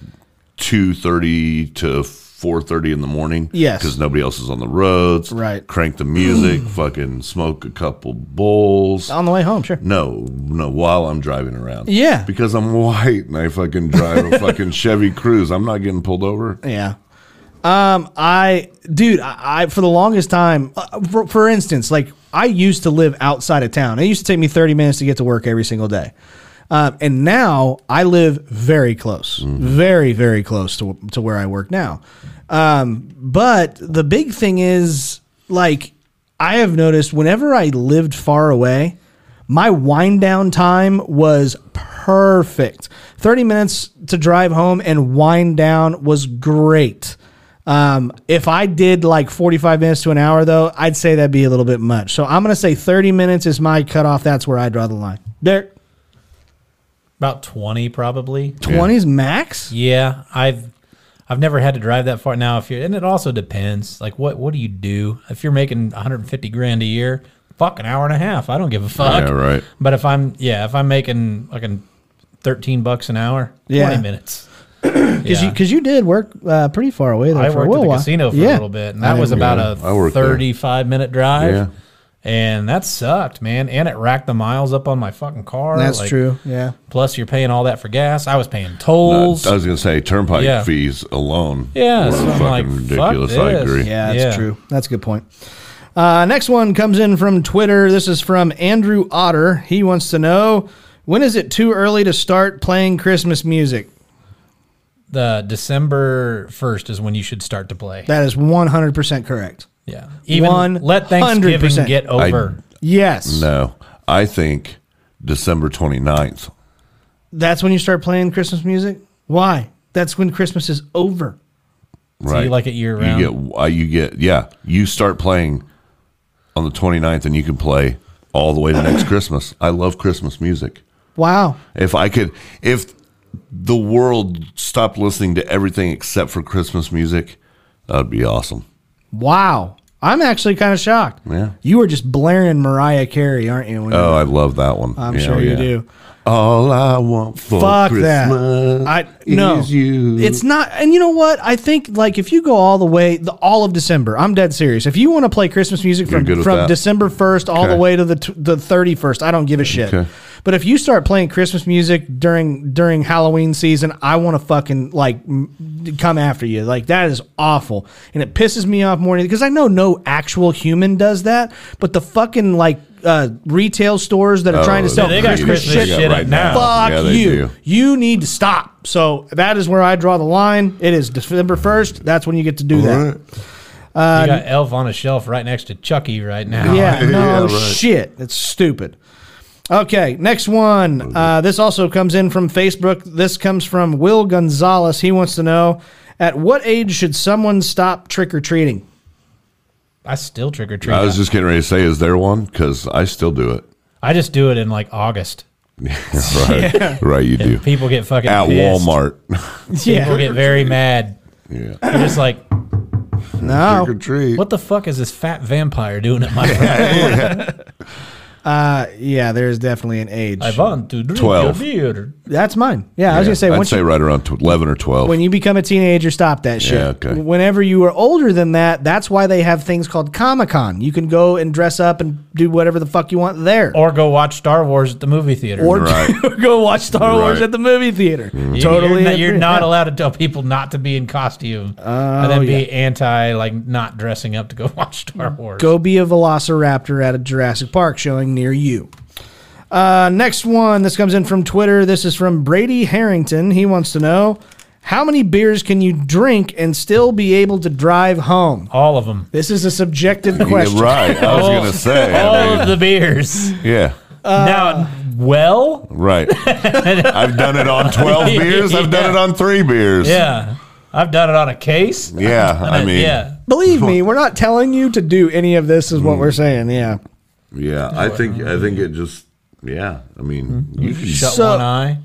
two thirty to four thirty in the morning. Yes. because nobody else is on the roads. Right. Crank the music. fucking smoke a couple bowls. on the way home, [LAUGHS] sure. No, no, while I'm driving around. Yeah. Because I'm white and I fucking [LAUGHS] drive a fucking Chevy Cruise. I'm not getting pulled over. Yeah. Um, I, dude, I, I for the longest time, uh, for, for instance, like I used to live outside of town. It used to take me 30 minutes to get to work every single day. Um, and now I live very close, Mm-hmm. very, very close to, to where I work now. Um, but the big thing is like, I have noticed whenever I lived far away, my wind down time was perfect. 30 minutes to drive home and wind down was great. Um, if I did like 45 minutes to an hour, though, I'd say that'd be a little bit much. So I'm going to say 30 minutes is my cutoff. That's where I draw the line. There, About twenty, probably. 20s max? Yeah, I've I've never had to drive that far. Now, if you and it also depends, like what what do you do? If you're making 150 grand a year, fuck an hour and a half. I don't give a fuck. Yeah, right. But if I'm yeah, if I'm making fucking 13 bucks an hour, Yeah. 20 minutes. Because Yeah. you, [CLEARS THROAT] 'cause you did work uh, pretty far away there I for a worked at little the while. casino for Yeah. a little bit, and that was about I a worked there. 35 minute drive. Yeah. And that sucked, man. And it racked the miles up on my fucking car. That's Like, true. Yeah. Plus, you're paying all that for gas. I was paying I tolls. was going to say turnpike Yeah. fees alone. Yeah, were so I'm like, I fuck this. agree. Yeah, that's Yeah. true. That's a good point. Uh, next one comes in from Twitter. This is from Andrew Otter. He wants to know when is it too early to start playing Christmas music? the December first is when you should start to play. That is 100% correct. Yeah, even One let Thanksgiving hundred get I- over. Yes. No, I think December 29th. That's when you start playing Christmas music? Why? That's when Christmas is over. Right. you like it year round? You get, uh, you get, yeah. You start playing on the 29th and you can play all the way [COUGHS] to next Christmas. I love Christmas music. Wow. If I could, if the world stopped listening to everything except for Christmas music, that'd be awesome. Wow. I'm actually kind of shocked. Yeah. You were just blaring Mariah Carey, aren't you? when you- Oh, I love that one. I'm Yeah, oh, sure you yeah. do. All I want for Fuck Christmas that. I no. is you. It's not and you know what? I think like if you go all the way the all of December, I'm dead serious. If you want to play Christmas music You're from good with from that. December 1st all the Okay. way to the t- the 31st, I don't give a shit. Okay. But if you start playing Christmas music during during Halloween season, I want to fucking like m- come after you. Like that is awful. And it pisses me off more because I know no actual human does that, but the fucking like uh, retail stores that are trying to Oh, sell they got Christmas Christmas shit shit up now. fuck Yeah, they you. do. You need to stop. So that is where I draw the line. It is December 1st. That's when you get to do that. you got Elf on a shelf right next to Chucky right now. Uh, Yeah, no right. shit. It's stupid. Okay, next one. Uh, this also comes in from Facebook. This comes from Will Gonzalez. He wants to know at what age should someone stop trick or treating? I still trick or treat. I I, was just getting ready to say, is there one? Because I still do it. [LAUGHS] just do it in like August. right, right. You do People get fucking at [LAUGHS] pissed. Walmart. [LAUGHS] People get very mad. yeah, They're just like, No. trick or treat. [LAUGHS] what the fuck is this fat vampire doing at my? Uh, yeah, there's definitely an age. I want to drink 12. a beer. That's mine. Yeah, I was gonna say I'd once say you, right around tw- 11 or 12. when you become a teenager, stop that shit. Yeah, okay. Whenever you are older than that, that's why they have things called Comic Con. You can go and dress up and do whatever the fuck you want there, Or go watch Star Wars at the movie theater. Or Right. [LAUGHS] go watch Star Wars Right. Mm. at the movie theater. You- Totally, You're not, you're agree. not Yeah. Oh, allowed to tell people not to be in costume and then be anti, like, not dressing up to go [LAUGHS] watch Star Wars. Go be a velociraptor at a Jurassic Park showing near you. Uh, next one. This comes in from Twitter. This is from Brady Harrington. He wants to know how many beers can you drink and still be able to drive home? All of them. This is a subjective Yeah, question. right. [LAUGHS] I was going to say. All I mean, of the beers. yeah. Uh, now, well, [LAUGHS] Right. I've done it on 12 beers. I've done it on three beers. yeah. I've done it on a case. [LAUGHS] Yeah. I mean, yeah. yeah. Believe me, we're not telling you to do any of this. Is what we're saying. Yeah. I think, I think it just, yeah. I mean, you can Hmm. Shut So- one eye.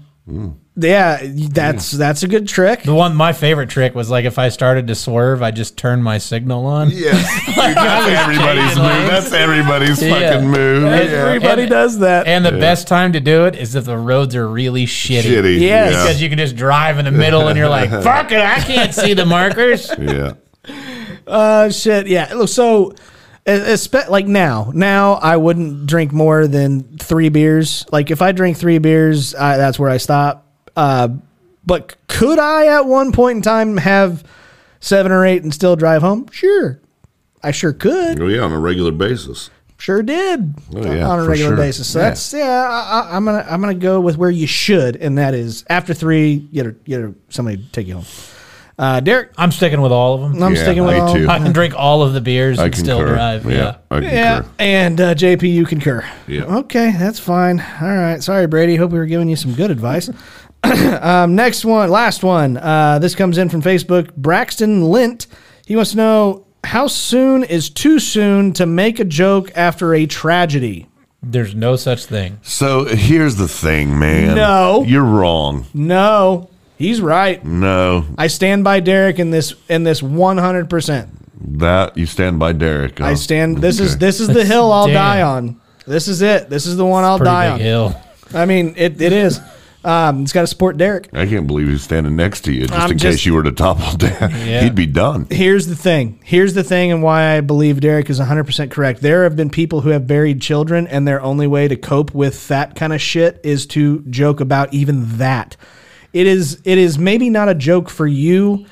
Yeah. That's that's a good trick. The one, my favorite trick was like if I started to swerve, I just turned my signal on. [LAUGHS] Yes. [LAUGHS] Dude, that's everybody's shaking move. legs. That's everybody's Yeah. fucking move. Yeah. Everybody And- does that. And the best time to do it is if the roads are really shitty. Shitty. Yes. Because you can just drive in the middle and [LAUGHS] you're like, fuck it, I can't see the markers. Yeah. yeah. Uh, shit. Yeah. Look, so, e, espe- like now, now I wouldn't drink more than three beers. Like if I drink three beers, I, that's where I stop. Uh, but could I at one point in time have seven or eight and still drive home? Sure. I sure could. Oh, yeah. On a regular basis. Sure did Oh, yeah, on a for regular sure. basis. So Yeah. that's yeah. I, I, I'm gonna I'm gonna go with where you should, and that is after three, get a, get a, somebody to take you home. Uh, Derek, I'm sticking with all of them. I'm Yeah, sticking with me all- too. I can drink all of the beers I and concur. still drive. Yeah. I concur. Yeah, and uh, JP, you concur. Yeah. Okay, that's fine. All right. Sorry, Brady. Hope we were giving you some good advice. [COUGHS] um, next one, last one. Uh, this comes in from Facebook. Braxton Lint. He wants to know how soon is too soon to make a joke after a tragedy. There's no such thing. So here's the thing, man. No. You're wrong. No, he's right. No. I stand by Derek in this in this one hundred percent. That you stand by Derek. huh? I stand. This is Oh, Okay. this is the hill I'll Damn. die on. This is it. This is the one I'll Pretty die big on. hill. I mean, it, it is. Um, it's got to support Derek. I can't believe he's standing next to you just I'm in just- case you were to topple [LAUGHS] down. He'd be done. Here's the thing. Here's the thing, and why I believe Derek is 100% correct. There have been people who have buried children, and their only way to cope with that kind of shit is to joke about even that. It is, it is maybe not a joke for you.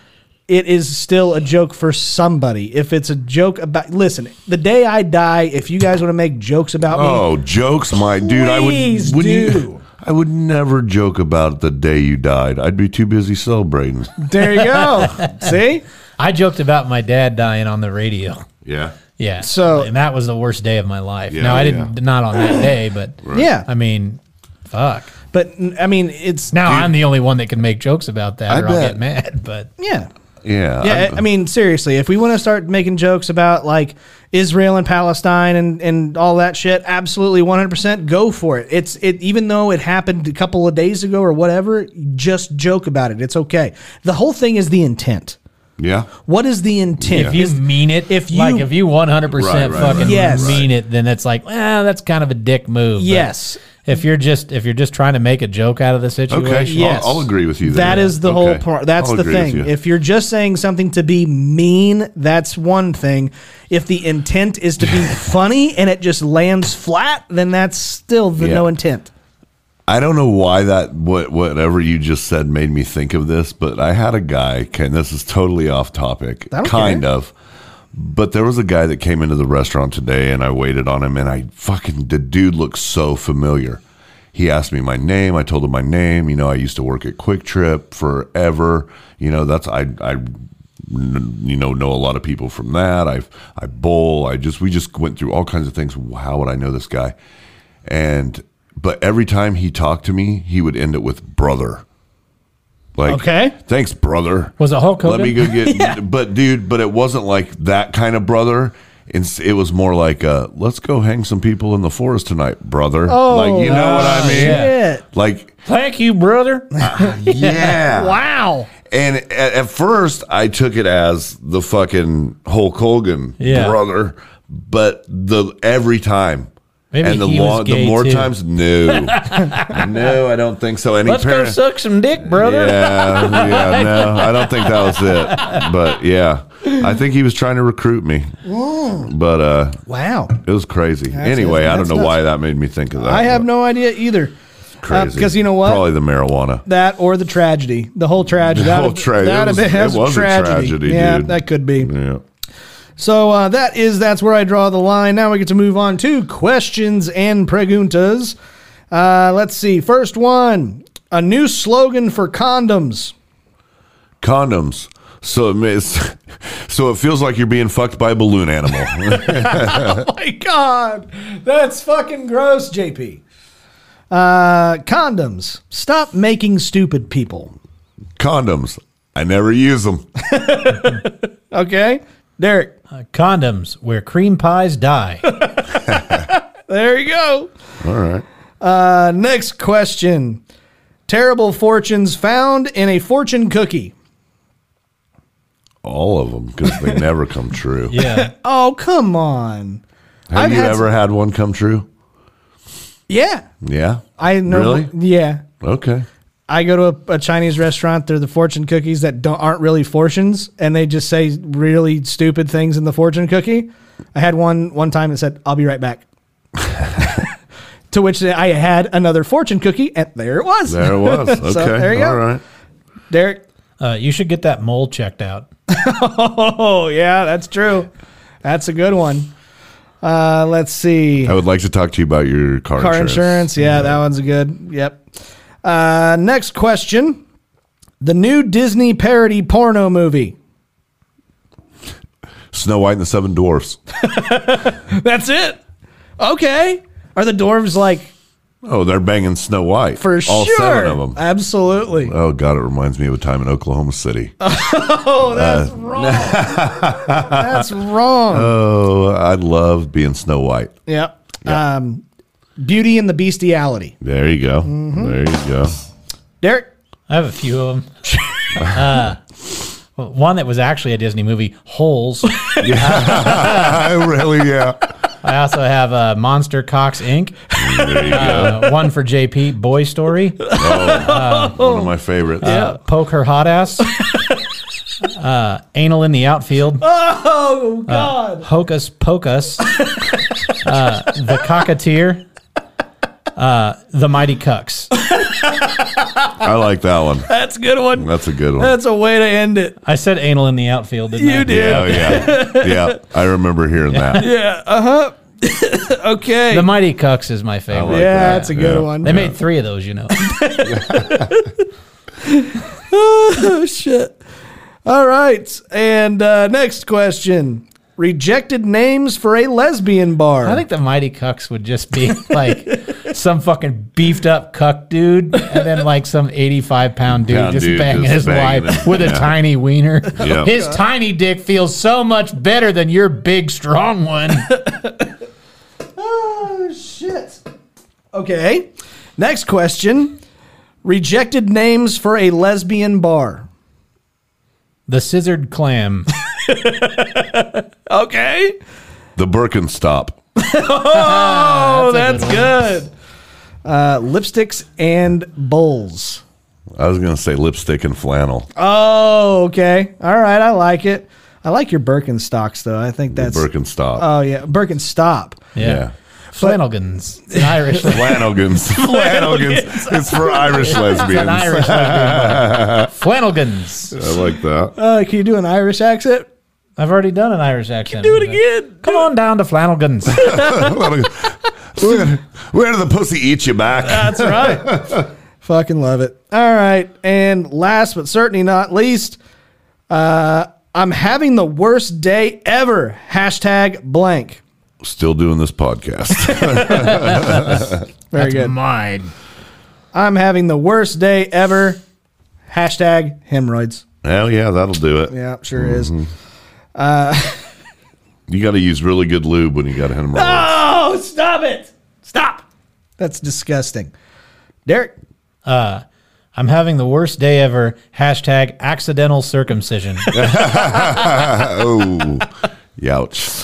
It is still a joke for somebody. If it's a joke about, listen, the day I die, if you guys want to make jokes about me, Oh, jokes, my dude. I would, Please would do. You, [LAUGHS] I would never joke about the day you died. I'd be too [LAUGHS] busy celebrating. there you go. See? I joked about my dad dying on the radio. Yeah. Yeah. So- and that was the worst day of my life. Yeah, now I didn't yeah. not on that day, but Yeah. I mean, fuck. But, I mean, it's, Now I'm the only one that can make jokes about that, I or I'll bet. get mad. But yeah. Yeah. Yeah, I, I mean, seriously, if we want to start making jokes about like Israel and Palestine and, and all that shit, absolutely 100% go for it. It's it even though it happened a couple of days ago or whatever, just joke about it. It's okay. The whole thing is the intent. [LAUGHS] yeah. What is the intent? if you Is- mean it, if if you- you like, if you 100 percent Right, right, fucking right, Yes. mean it, then it's like, well, that's kind of a dick move. But Yes. If you're just if you're just trying to make a joke out of the situation, Okay. Yes. I'll, I'll agree with you. That there. is the Okay. whole part. That's I'll the agree with thing. you. If you're just saying something to be mean, that's one thing. If the intent is to [LAUGHS] be funny and it just lands flat, then that's still the Yeah. no intent. I don't know why that what whatever you just said made me think of this, but I had a guy. Can this is totally off topic, I don't kind care. of. But there was a guy that came into the restaurant today, and I waited on him, and I fucking the dude looked so familiar. He asked me my name. I told him my name. You know, I used to work at Quick Trip forever. You know, that's I I you know know a lot of people from that. I I bowl. I just we just went through all kinds of things. How would I know this guy? And but every time he talked to me, he would end it with brother. Like Okay. thanks, brother. Was it Hulk Let Hogan? me go [LAUGHS] get. But dude, but it wasn't like that kind of brother. It's, it was more like, uh, let's go hang some people in the forest tonight, brother. Oh, like you know what I mean? Shit. Like, thank you, brother. [LAUGHS] yeah. Wow. And at, at first, I took it as the fucking Hulk Hogan Yeah. brother, but the every time Maybe and the, he was long, the gay, more too. times, no, [LAUGHS] no, I don't think so. Any Let's go parent, suck some dick, brother. yeah, yeah, no, I don't think that was it. But yeah, I think he was trying to recruit me. But uh, Wow. it was crazy. anyway, I don't Mm. that's know nuts. why that made me think of that. I have but no idea either. crazy Because you know what? Probably the marijuana. That or the tragedy. The whole tragedy. [LAUGHS] The That'd- whole tra- that'd it have been- that's was- it was a tragedy, Yeah, dude. that could be. Yeah. So uh, that is that's where I draw the line. Now we get to move on to questions and preguntas. Uh, let's see. First one: a new slogan for condoms. [LAUGHS] condoms. So it makes, [LAUGHS] so it feels like you're being fucked by a balloon animal. [LAUGHS] Oh my god, that's fucking gross, JP. Uh, condoms. Stop making stupid people. condoms. I never use them. Okay, Derek. Uh, condoms where cream pies [LAUGHS] die. There you go. All right. Uh, next question: terrible fortunes found in a fortune cookie. All of them because they never come [LAUGHS] true. yeah. Oh come on. Have I've you had ever had one come true? Yeah, Yeah. I know. Really? Yeah. Okay. I go to a, a Chinese restaurant. They're the fortune cookies that don't, aren't really fortunes, and they just say really stupid things in the fortune cookie. I had one one time that said, "I'll be right back," [LAUGHS] to which I had another fortune cookie, and there it was. There [LAUGHS] it was. Okay. there you go. All right. Derek. Uh, you should get that mole checked out. Oh yeah, that's true. That's a good one. Uh, let's see. I would like to talk to you about your car, Car insurance. Yeah, that one's a good. Yep. Uh, next question: the new Disney parody porno movie. Snow White and the Seven Dwarfs. That's it. Okay. Are the dwarves like Oh, they're banging Snow White. for All sure? seven of them. Absolutely. Oh, God, it reminds me of a time in Oklahoma City. That's wrong. Oh, I love being Snow White. yep. Um, Beauty and the Bestiality. There you go. Mm-hmm. There you [LAUGHS] go. Derek. I have a few [LAUGHS] of them. uh, well, one that was actually a Disney movie, Holes. I Oh, really, yeah. I also have uh, Monster Cox Inc. [LAUGHS] Uh, one for JP, Boy Story. Oh, Oh. One of my favorites. Uh, poke her [LAUGHS] hot ass. uh, anal in the outfield. Oh God! [LAUGHS] hocus pocus. uh, the cocketeer. Uh, the mighty cucks. I like that one. That's a good one. That's a good one. That's a way to end it. I said anal in the outfield. Didn't Uh, I? You did. Oh, yeah, yeah. Yeah. I remember [LAUGHS] hearing that. Okay. The mighty cucks is my favorite. I like yeah, that. that's a good Yeah. one. They made three of those, you know. oh shit. All right. And uh, next question: rejected names for a lesbian bar. I think the Mighty Cucks would just be [LAUGHS] like some fucking beefed up cuck dude, and then like some eighty-five pound dude Pound just dude banging just his banging wife it. with a Yeah. tiny wiener. Yeah. His tiny dick feels so much better than your big [LAUGHS] strong one. Oh shit. Okay. Next question. Rejected names for a lesbian bar. the scissored clam. Okay. The Birkenstop. Oh, that's, good. Uh, lipsticks and bowls. I was going to say lipstick and flannel. Oh, okay. All right, I like it. I like your Birkenstocks though. I think that's Birkenstop. uh, Oh yeah, Birkenstop. Yeah. yeah. Flannelgans. It's an [LAUGHS] Irish. [LAUGHS] it's Flannelgans. Flannelgans. [LAUGHS] it's for Irish an lesbians. I Irish. [LAUGHS] lesbian. Flannelgans. like that. Uh, can you do an Irish accent? I've already done an Irish accent. Do it again. Come on down [LAUGHS] to Flannelgans. where, where do the pussy eat you back? That's right. Fucking love it. All right. And last but certainly not least, uh, I'm having the worst day ever. Hashtag blank. [LAUGHS] Still doing this podcast. Very good. Mine. I'm having the worst day ever. Hashtag hemorrhoids. Hell yeah, that'll do it. Yeah, sure is. Mm-hmm. You got to use really good lube when you got a hemorrhoid. Ah! Oh, stop it. Stop. That's disgusting. Derek. I'm having the worst day [LAUGHS] ever. Hashtag accidental circumcision. oh, Youch.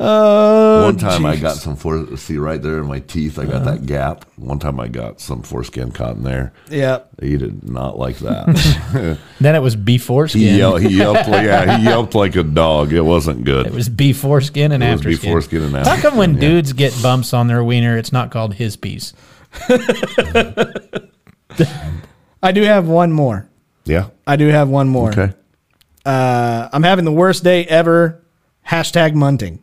Oh, Uh, One time I Jesus. got some for see right there in my teeth. I got Uh-huh. that gap. One time I got some foreskin caught in there. Yeah. He did not like [LAUGHS] that. Then it was B foreskin. he yelled. He yelped. Like, yeah, [LAUGHS] he yelped like a dog. It wasn't good. It was B foreskin and It was after B foreskin and How come when afterskin, yeah. dudes get bumps on their wiener, it's not called his piece? I do have one more. yeah. I do have one more. Okay. Uh, I'm having the worst day ever. Hashtag munting.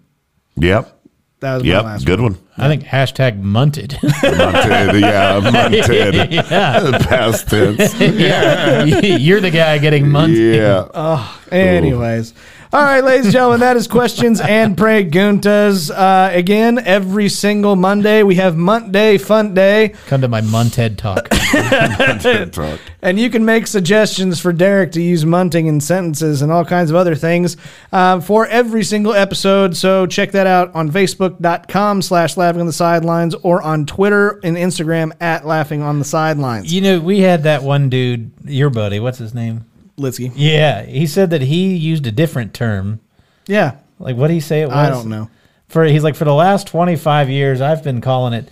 Yep. That was my Yep. last Good one. I think hashtag munted. [LAUGHS] Munted. Yeah. [LAUGHS] [LAUGHS] Munted. yeah. uh, [LAUGHS] Past tense. You're the guy getting munted. Yeah. [LAUGHS] one. Anyways. All right, ladies and gentlemen, that is questions and preguntas. Uh, again, every single Monday we have Munt Day, Fun Day, Come to my munted talk. [LAUGHS] Munted talk. and you can make suggestions for Derek to use munting in sentences and all kinds of other things uh, for every single episode. So check that out on Facebook.com slash Laughing on the Sidelines or on Twitter and Instagram at Laughing on the Sidelines. you know, we had that one dude, your buddy, what's his name? Litsky. Yeah. He said that he used a different term. Yeah, Like, what did he say it was? I don't know. For He's like, for the last 25 years, I've been calling it.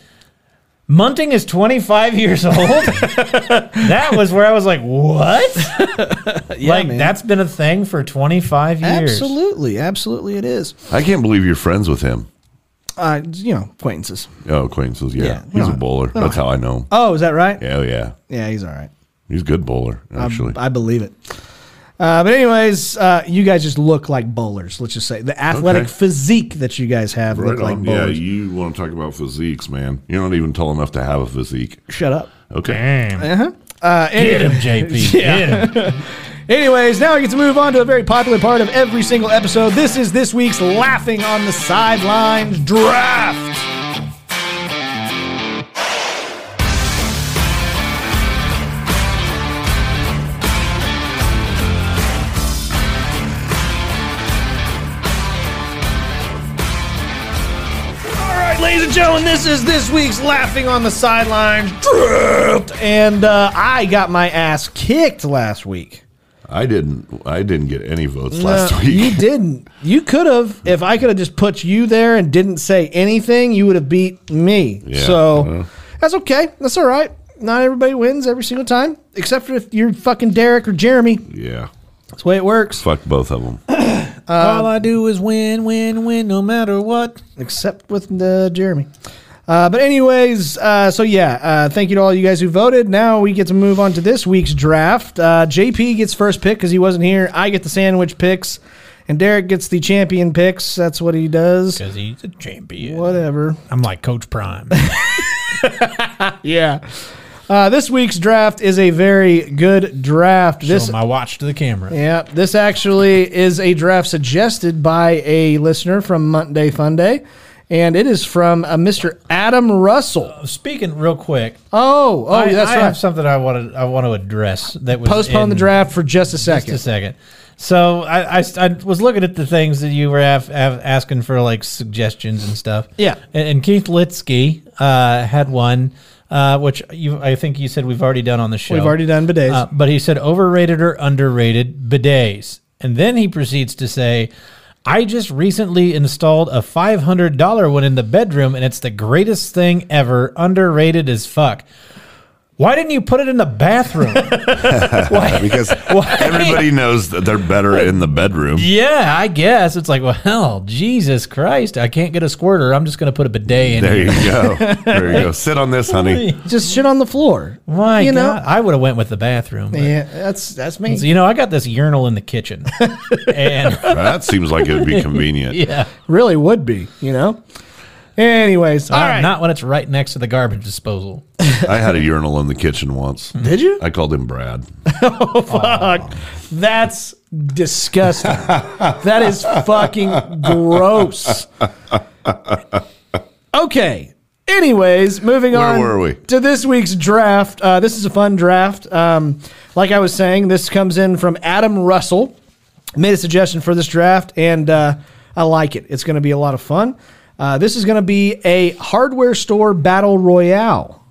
Munting is 25 years old. [LAUGHS] that was where I was like, [LAUGHS] what? like, man. that's been a thing for 25 years. Absolutely, absolutely, it is. I can't believe you're friends with him. Uh, you know, acquaintances. Oh, acquaintances. Yeah. Yeah. He's No. a bowler. That's how I know him. Oh, is that right? Yeah, yeah. Yeah, he's all right. He's a good bowler, actually. I believe it. Uh, but anyways, uh, you guys just look like bowlers. Let's just say the athletic Okay. physique that you guys have Right look like on. Yeah, bowlers. you want to talk about physiques, man. You're not even tall enough to have a physique. Shut up. Okay. Damn. Uh, any- Get him, [LAUGHS] JP. Get him. anyways, now we get to move on to a very popular part of every single episode. This is this week's laughing on the sidelines draft. All right, Ladies and gentlemen, this is this week's Laughing on the Sidelines draft. And uh, I got my ass kicked last week. I didn't I didn't get any votes No, last week. [LAUGHS] You didn't. You could have. If I could have just put you there and didn't say anything, you would have beat me. Yeah, so well. that's okay. That's all right. Not everybody wins every single time, except for if you're fucking Derek or Jeremy. Yeah. That's the way it works. Fuck both [LAUGHS] of them. Uh, All I do is win, win, win, no matter what. Except with uh, Jeremy. Uh, but anyways, uh, so yeah, uh, thank you to all you guys who voted. Now we get to move on to this week's draft. Uh, JP gets first pick because he wasn't here. I get the sandwich picks, and Derek gets the champion picks. That's what he does. Because he's a champion. Whatever. I'm like Coach Prime. Yeah. Uh, this week's draft is a very good draft. [LAUGHS] This, This, my watch to the camera. yeah, this actually is a draft suggested by a listener from Monday Fun Day, and it is from uh, Mr. Adam Russell. Speaking real quick, Oh, oh, I, that's I have right. something I want to I want to address that was Postpone the in- draft for just a Just second. a second. So I, I, I was looking at the things that you were af, af, asking for like suggestions and stuff. Yeah. and, and Keith Litsky uh, had one, uh, which you I think you said we've already done on the show. We've already done bidets. Uh, but he said overrated or underrated bidets. And then he proceeds to say, I just recently installed a $500 one in the bedroom and it's the greatest thing ever. Underrated as fuck. Why didn't you put it in the [LAUGHS] bathroom? Why- [LAUGHS] because why- everybody knows that they're better in the bedroom. Yeah, I guess. It's like, well, Jesus Christ, I can't get a squirter. I'm just going to put a bidet in There here. you go. There you [LAUGHS] go. Sit on this, honey. Just shit on the floor. My you God, I would have went with the bathroom. but- know? Yeah, that's that's me. So, you know, I got this urinal in [LAUGHS] the kitchen. and That seems like it would be convenient. yeah. Really would be, you know. Anyways, all Uh, right. Not when it's right next to the garbage disposal. I had a urinal in the kitchen once. Did you? I called him Brad. Fuck. That's [LAUGHS] disgusting. that is fucking gross. Okay. Anyways, moving Where on were we? to this week's draft. Uh, this is a fun draft. Um, like I was saying, this comes in from Adam Russell. Made a suggestion for this draft, and uh, I like it. It's going to be a lot of fun. Uh, this is going to be a hardware store battle royale.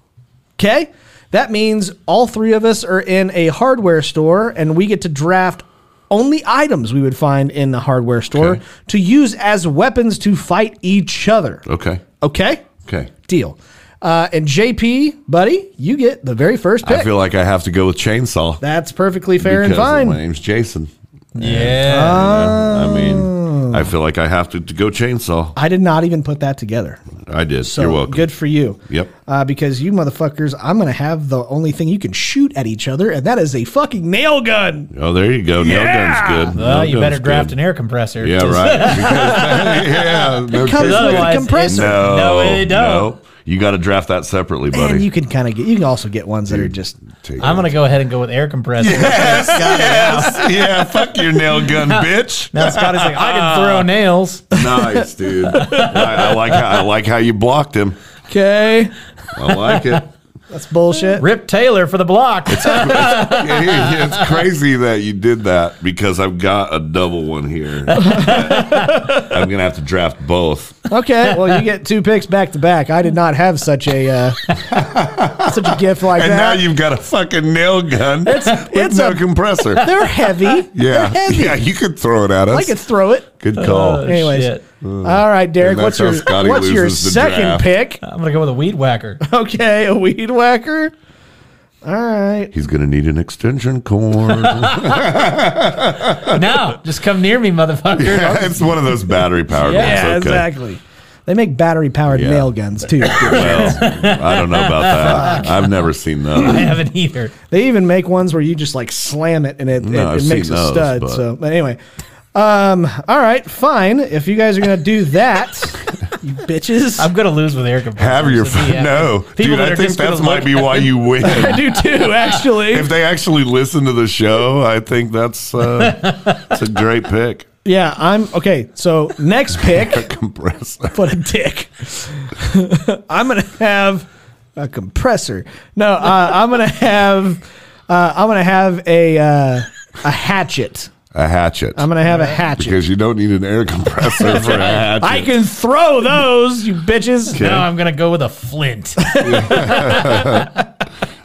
Okay. That means all three of us are in a hardware store and we get to draft only items we would find in the hardware store Okay. to use as weapons to fight each other. Okay. Okay? Okay. Deal. Uh, and JP, buddy, you get the very first pick. I feel like I have to go with chainsaw. That's perfectly fair and because My fine. name's Jason. Yeah. uh, I Oh. mean, I feel like I have to, to go chainsaw. I did not even put that together. I did. So You're welcome. good for you. Yep. Uh, because you motherfuckers, I'm going to have the only thing you can shoot at each other, and that is a fucking nail gun. Oh, there you go. Nail gun's good. well, Nail you gun's better good. draft an air compressor. Yeah, Just- right. [LAUGHS] Because- yeah, no comes kidding. with a Otherwise, compressor. No, No, they don't. You got to draft that separately, buddy. And you can kind of get, you can also get ones that are just, Take it. I'm going to go ahead and go with air [LAUGHS] compressor. yes, yeah. Fuck your nail gun, bitch. [LAUGHS] Now Scotty's like, I can [LAUGHS] throw nails. Nice, dude. I, I like how, I like how you blocked him. okay, I like it. that's bullshit. Rip Taylor for the block. Yeah, it's crazy that you did that because I've got a double one [LAUGHS] here. I'm gonna have to draft both. Okay, well, you get two picks back to back. I did not have such a uh, [LAUGHS] such a gift like And that. now you've got a fucking nail gun with it's no a- compressor. They're heavy. Yeah, They're heavy. yeah, you could throw it at us. I could throw it. Good call. Uh, Anyways, Shit. all right, Derek. And that's What's your how Scotty what's your loses the second draft. pick? [LAUGHS] I'm going to go with a weed whacker. [LAUGHS] Okay, a weed whacker. All right. He's gonna need an [LAUGHS] extension cord. no, just come near me, motherfucker. Yeah, it's one of those battery powered Yeah, ones. Okay. exactly. They make battery powered Yeah. nail guns [LAUGHS] too. Well, I don't know about that. I've never seen [LAUGHS] I those. haven't either. they even make ones where you just like slam it and it, No, it, I've it makes seen a those, stud. but- So, but anyway. Um, all right, fine. If you guys are gonna do [LAUGHS] that, you bitches. I'm going to lose with air compressor. Have your fun. No, dude. I think that might be [LAUGHS] why you win. I do too, actually. if they actually listen to the show, I think that's uh, it's a great pick. yeah, I'm okay. So next pick, Compressor. what a dick. [LAUGHS] I'm gonna have a compressor. No, uh, I'm gonna have uh, I'm gonna have a uh, a hatchet. A hatchet. I'm gonna have a hatchet. because you don't need an [LAUGHS] air compressor for a hatchet. I can throw those, you bitches. No, I'm going to go with a flint. [LAUGHS]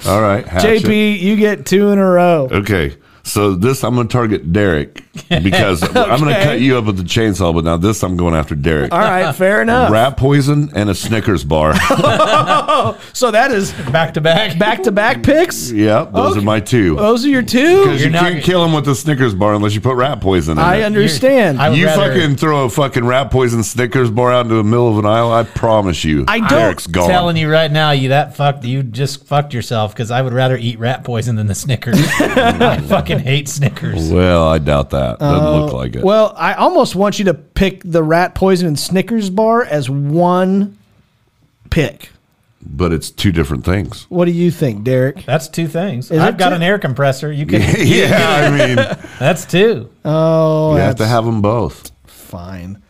All right. Hatchet. JP, you get two in a [LAUGHS] row. Okay. So this I'm going to [LAUGHS] target Derek because I'm going to cut you up with the chainsaw, but now this I'm going after Derek. All right, fair enough. Rat poison and a Snickers bar. [LAUGHS] So that is Back to back. back to [LAUGHS] back picks. yeah, those are my two. Those are your two. Because you You're not can't gonna- kill him with a Snickers bar unless you put rat poison in I it. understand. I would you rather- fucking throw a fucking rat poison Snickers bar out into the middle of an aisle, I promise you. I don't- Derek's gone. Telling you right now, you that fucked. You just fucked yourself because I would rather eat rat poison than [LAUGHS] the Snickers. I fucking hate Snickers. Well, I doubt that. Doesn't look like it. Uh, Well, I almost want you to pick the rat poison and Snickers bar as one pick. but it's two different things. [LAUGHS] What do you think, Derek? That's two things. Is I've it got two? an air compressor. You can. [LAUGHS] yeah, [LAUGHS] I mean, [LAUGHS] That's two. Oh, you have that's to have them both. fine.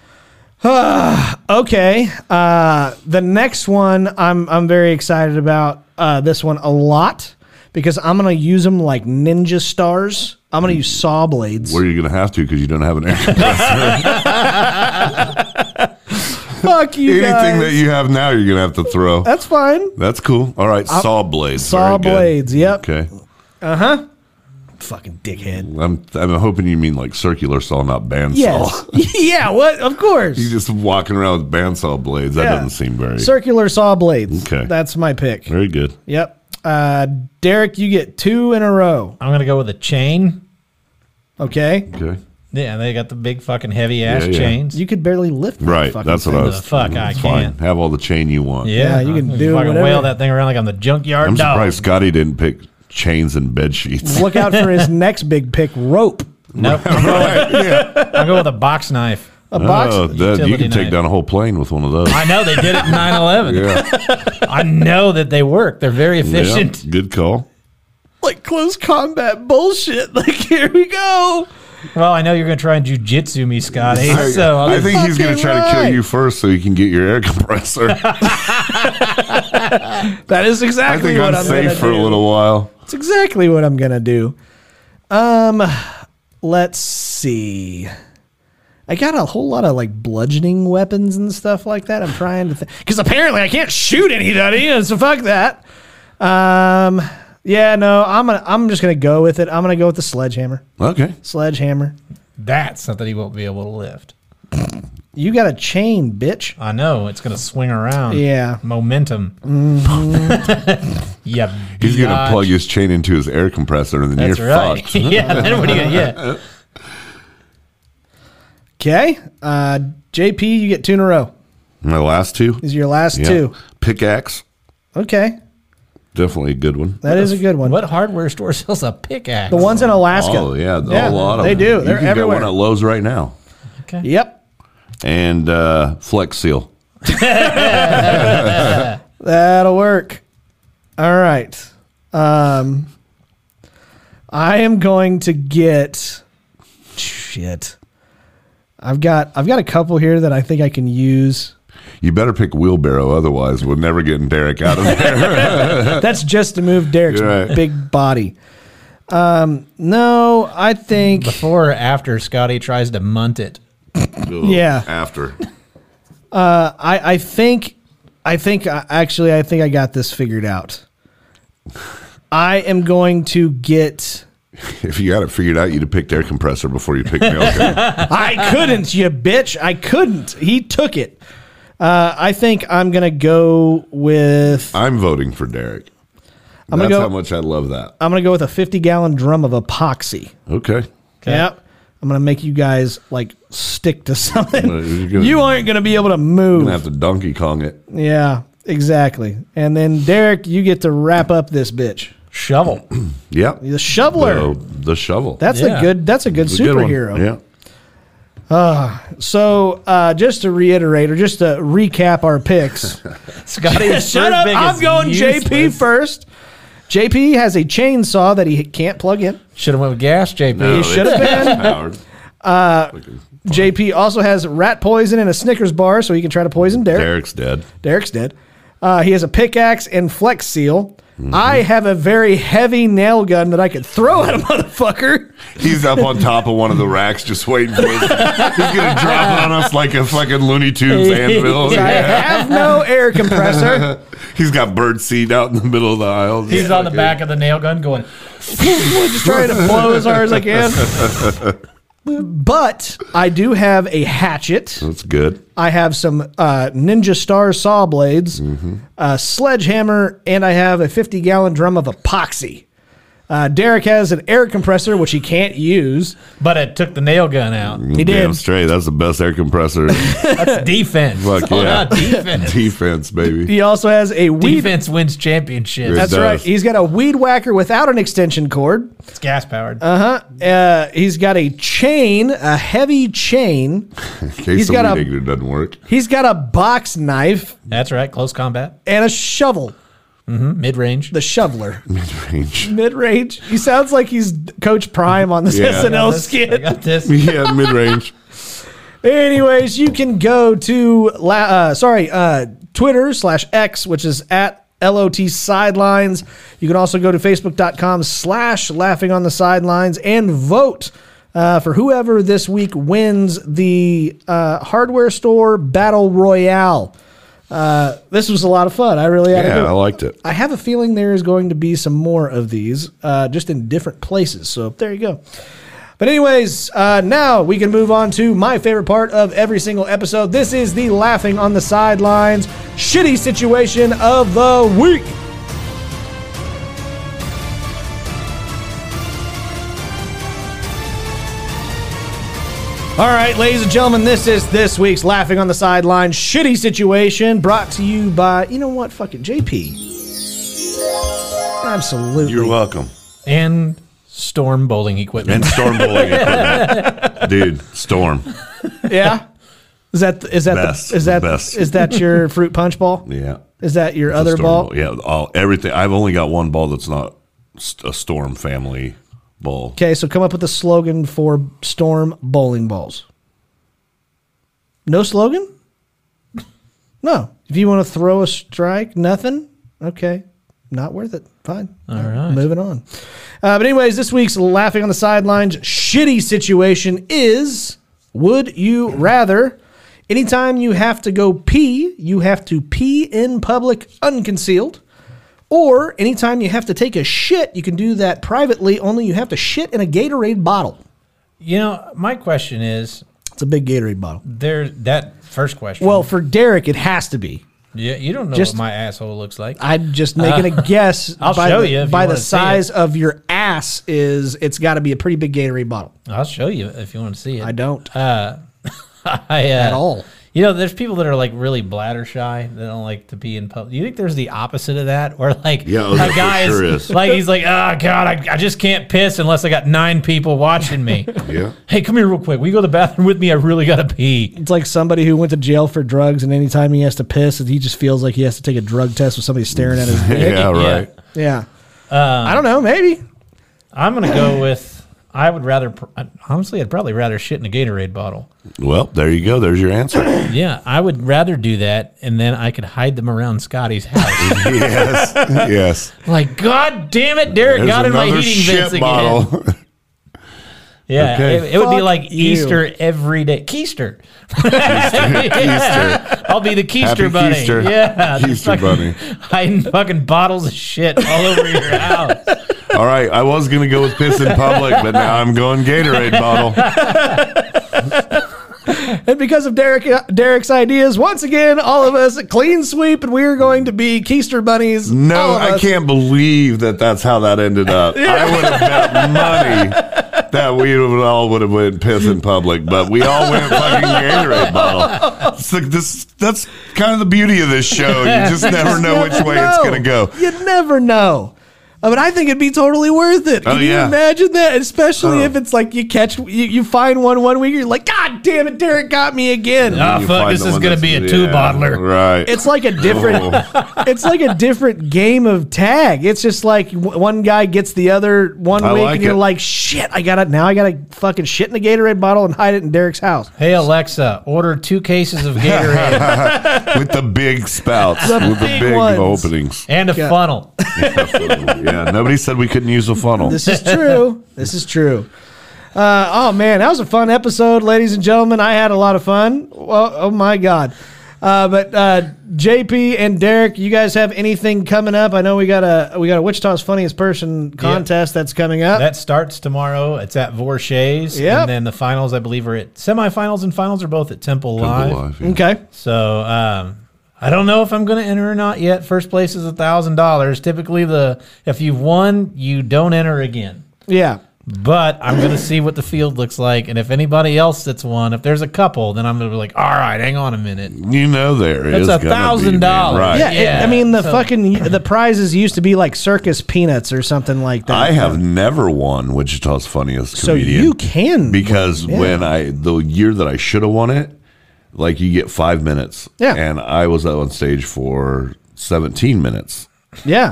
[SIGHS] okay. Uh, the next one I'm I'm very excited about uh, this one a lot because I'm gonna use them like ninja stars. I'm gonna use saw blades. Where are you going to have to because you don't have an air compressor. [LAUGHS] Fuck [LAUGHS] you [LAUGHS] Anything guys. that you have now, you're going to have to throw. That's fine. That's cool. All right, saw blades. Saw Very good. blades. Yep. Okay, Fucking dickhead. I'm I'm hoping you mean like circular saw, not bandsaw. Yes. [LAUGHS] yeah. What? Of course. you just walking around with bandsaw blades. That Yeah. doesn't seem very Circular saw blades. Okay. That's my pick. very good. Yep. Uh, Derek, you get two in a row. I'm gonna go with a chain. Okay. Okay, Yeah, they got the big fucking heavy ass Yeah, yeah. chains. You could barely lift. that right. fucking That's what thing. I was. The fuck, I that's fine. can't. Have all the chain you want. Yeah, you can I do fucking whatever. wail that thing around like I'm the junkyard I'm dog. surprised Scotty didn't pick chains and bed [LAUGHS] sheets. Look out for his next big pick, rope. Nope. I'll go with a box knife. A box. Oh, that, you Utility can take knife. down a whole plane with one of [LAUGHS] those. I know they did it [LAUGHS] in 9/11. I know that they work. They're very Yeah, efficient. good call. Like close combat bullshit. [LAUGHS] Like here we go. Well, I know you're gonna try and jujitsu me, Scotty. I, so I'll I [LAUGHS] think he's going fucking to try to right. kill you first so you can get your air [LAUGHS] [LAUGHS] compressor. That is I exactly think what I'm, I'm safe gonna for do. a little while. That's exactly what I'm gonna do. Um, let's see. I got a whole lot of like bludgeoning weapons and stuff like that. I'm trying to think because apparently I can't shoot anybody, so fuck that. Um, Yeah, no, I'm gonna I'm just gonna go with it. I'm gonna go with the sledgehammer. Okay. Sledgehammer. That's something he won't be able to lift. You got a chain, bitch. I know it's going to swing around. Yeah. Mm-hmm. momentum. [LAUGHS] yeah, He's going to biatch. plug his chain into his air compressor and then That's you're right. fucked. [LAUGHS] yeah, then what do you get? Yeah, Okay. Uh, JP, you get two in a row. My last two? These are your last Yeah. two. Pickaxe. Okay. Definitely a good one. that is a good one. what hardware store sells a pickaxe? The ones in Alaska. Oh, yeah. Yeah, a lot of they them. do. You They're can get everywhere. one at Lowe's right now. Yep. And uh, Flex Seal. That'll work. All right. Um, I am going to get shit. I've got I've got a couple here that I think I can use. You better pick wheelbarrow, otherwise we're never getting Derek out [LAUGHS] of there. That's just to move Derek's Uh, You're right. big body. Um, no, I think before or after Scotty tries to munt it. Yeah. After. I, I think I think I- actually I think I got this figured out. I am going to get If you got it figured out, you'd have picked air compressor before you [LAUGHS] picked milk. [LAUGHS] I couldn't, you bitch. I couldn't. He took it. Uh, I think I'm gonna go with I'm voting for Derek. I'm gonna That's go- how much I love that. I'm gonna go with a 50 gallon drum of epoxy. Okay. Yep. I'm gonna make you guys like stick to [LAUGHS] something. Well, you're gonna- you aren't gonna be able to I'm move. gonna have to Donkey Kong it. yeah, exactly. And then Derek, you get to wrap up this bitch. Shovel. Yep. The shoveler. The, the shovel. That's Yeah. a good. That's a good It's a good one. superhero. Yeah. So uh, just to reiterate, or just to recap our [LAUGHS] picks. Scotty's Shut third up! pick I'm is going JP useless. first. JP has a chainsaw that he can't plug in. Should have went with gas, JP. No, should have [LAUGHS] it's [LAUGHS] been. Howard. Uh, JP also has rat poison and a Snickers bar, so he can try to poison Derek. Derek's dead. Derek's dead. Uh, he has a pickaxe and flex seal. Mm-hmm. I have a very heavy nail gun that I could throw at a [LAUGHS] motherfucker. He's up on top of one of the racks, just waiting for us. He's gonna drop [LAUGHS] it on us like a fucking Looney Tunes anvil. I Oh, Yeah. have no air compressor. [LAUGHS] He's got bird seed out in the middle of the aisle. He's Yeah, on the okay. back of the nail gun going. [LAUGHS] just trying to blow as hard as I can. But I do have a hatchet. That's good. I have some uh, Ninja Star saw blades, a sledgehammer, and I have a 50 gallon drum of epoxy. Uh, Derek has an air compressor, which he can't use. But it took the nail gun out. He Damn did. straight. That's the best air compressor. [LAUGHS] That's defense. Fuck It's all yeah. about defense. [LAUGHS] Defense, baby. He also has a weed. defense wins championships. Yeah. That's right. does. He's got a weed whacker without an extension cord. It's gas powered. Uh, he's got a chain, a heavy chain. In case He's the got weed a- ignitor doesn't work. He's got a box knife That's right. Close combat. Hmm, and a shovel. Mid range. The shoveler. Range. mid range. He sounds like he's Coach Prime on this Yeah. SNL I skit. got this. [LAUGHS] yeah, mid range. Anyways, you can go to la- uh, sorry uh, Twitter slash X, which is at LOT Sidelines. You can also go to Facebook.com slash Laughing on the Sidelines and vote. Uh, for whoever this week wins the uh, hardware store battle royale, uh, this was a lot of fun. I really had a good Yeah, I liked it. I have a feeling there is going to be some more of these, uh, just in different places. So there you go. But anyways, uh, now we can move on to my favorite part of every single episode. This is the laughing on the sidelines shitty situation of the week. All right, ladies and gentlemen, this is this week's laughing on the sidelines shitty situation brought to you by you know what, fucking JP. Absolutely. You're welcome. And storm bowling And equipment. storm bowling [LAUGHS] equipment. Dude, storm. Yeah. Is that is that Best, the, is that the best. is that [LAUGHS] your fruit punch ball? Yeah. Is that your It's a other storm ball? Yeah, all, everything. I've only got one ball that's not st- a storm family ball. Okay, so come up with a slogan for Storm Bowling Balls. No slogan? No. If you want to throw a strike, nothing? Okay. Not worth it. Fine. All right. Moving on. Uh, but, anyways, this week's Laughing on the Sidelines shitty situation is Would you rather? Anytime you have to go pee, you have to pee in public unconcealed Or anytime you have to take a shit, you can do that privately, only you have to shit in a Gatorade bottle. You know, my question is It's a big Gatorade bottle. there. That first question. Well, for Derek, it has to be. yeah, you don't know just- what my asshole looks like. I'm just making a guess Uh, [LAUGHS] I'll by, show the, you if you by the wanna see it. size of your ass is it's got to be a pretty big Gatorade bottle. I'll show you if you want to see it. I don't I, uh, at all. You know, there's people that are like really bladder shy. They don't like to be in public. You think there's the opposite of that, where like Yeah, oh, [LAUGHS] there a guy sure is. is, like he's like, oh god, I, I just can't piss unless I got nine people [LAUGHS] watching me. Yeah. Hey, come here real quick. Will you go to the bathroom with me? I really gotta pee. It's like somebody who went to jail for drugs, and anytime he has to piss, he just feels like he has to take a drug test with somebody staring [LAUGHS] at his. Yeah, right. yeah, Um, I don't know. Maybe I'm gonna go with. I would rather, pr- honestly, I'd probably rather shit in a Gatorade bottle. Well, there you go. There's your [LAUGHS] answer. Yeah, I would rather do that, and then I could hide them around Scotty's house. yes. Yes. [LAUGHS] like, God damn it, Derek There's got in my another heating vents shit again. bottle. [LAUGHS] Yeah, Okay. it, it would be Fuck like you. Easter every day. Keister. [LAUGHS] I'll be the Keister Happy bunny. Keister. Yeah, Keister bunny. Hiding fucking bottles of shit all over your [LAUGHS] house. All right, I was gonna go with piss in public, but now I'm going Gatorade bottle. and because of Derek Derek's ideas, once again, all of us at clean sweep, and we are going to be keister bunnies. all No, of I us. can't believe that that's how that [LAUGHS] ended up. I would have bet money that we would all would have went piss in public, but we all went fucking Gatorade bottle. It's like this. That's kind of the beauty of this show. You just never know which way it's No. gonna go. You never know. I mean, I think it'd be totally worth it. Can Oh, you yeah. imagine that? Especially Oh. if it's like you catch, you, you find one one week, you're like, God damn it, Derek got me again. Ah, You fuck, find this the is one gonna that's- be a two yeah, bottler. right? [LAUGHS] It's like a different. Oh. [LAUGHS] it's like a different game of tag. It's just like w- one guy gets the other one I week, like and you're it. like, "Shit, I got to Now I got to fucking shit in a Gatorade bottle and hide it in Derek's house." Hey Alexa, order two cases [LAUGHS] of Gatorade with the big spouts, big with the big ones. openings. and a Yeah. funnel. yeah, nobody said we couldn't use a funnel. This is true. [LAUGHS] this is true. Uh, oh man, that was a fun episode, ladies and gentlemen. I had a lot of fun. Well, oh my god. Uh, but uh, JP and Derek, you guys have anything coming up? I know we got a we got a Wichita's funniest person contest that's coming up. That starts tomorrow. It's at Vorshay's. Yep. And then the finals, I believe, are at semifinals and finals are both at Temple, Live. Live, yeah. okay. So um, I don't know if I'm going to enter or not yet. First place is a thousand dollars. Typically, the if you've won, you don't enter again. Yeah. But I'm going to [LAUGHS] see what the field looks like, and if anybody else that's won, if there's a couple, then I'm going to be like, all right, hang on a minute. You know there is That's a gonna be, man. thousand dollars. Right. Yeah, it- Yeah, I mean the so- fucking the prizes used to be like circus peanuts or something like that. I have never won Wichita's funniest uh, so comedian. you can because when I the year that I should have won it, like you get five minutes. Yeah. And I was out on stage for seventeen minutes. yeah,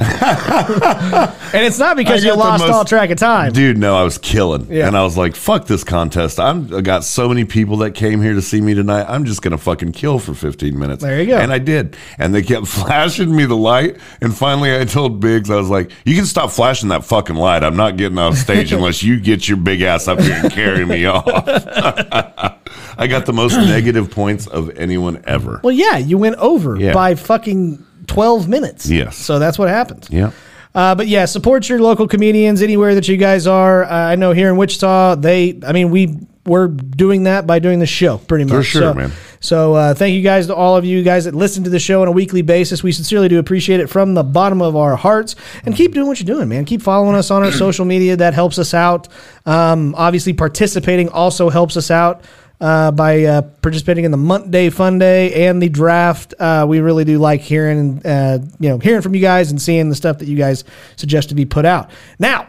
[LAUGHS] and it's not because I you got the lost most- all track of time. Dude, no, I was killing. Yeah. And I was like, fuck this contest. I'm I got so many people that came here to see me tonight. I'm just gonna fucking kill for 15 minutes. There you go. And I did. And they kept [LAUGHS] flashing me the light. And finally I told Biggs, I was like, you can stop flashing that fucking light. I'm not getting [LAUGHS] off stage unless you get your big ass up here and carry me off. [LAUGHS] I got [CLEARS THROAT] the most negative points of anyone ever. Well, yeah, you went over Yeah. by fucking twelve minutes. Yes. so that's what happens. Yeah. Uh, but yeah, support your local comedians anywhere that you guys are. Uh, I know here in Wichita, they, I mean, we were doing that by doing the show pretty much. sure, so, man. So uh, thank you guys to all of you guys that listen to the show on a weekly basis. We sincerely do appreciate it from the bottom of our hearts. And keep doing what you're doing, man. Keep following us on our social media. That helps us out. Um, obviously, participating also helps us out. Uh, by uh, participating in the month day fun day and the draft, uh, we really do like hearing uh, you know hearing from you guys and seeing the stuff that you guys suggest to be put out. Now,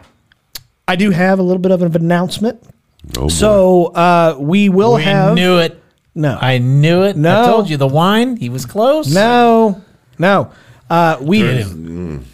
I do have a little bit of an announcement. Oh, boy. So uh, we will We have knew it. no, I knew it. No. I told you the wine. He was close. no, no. Uh, we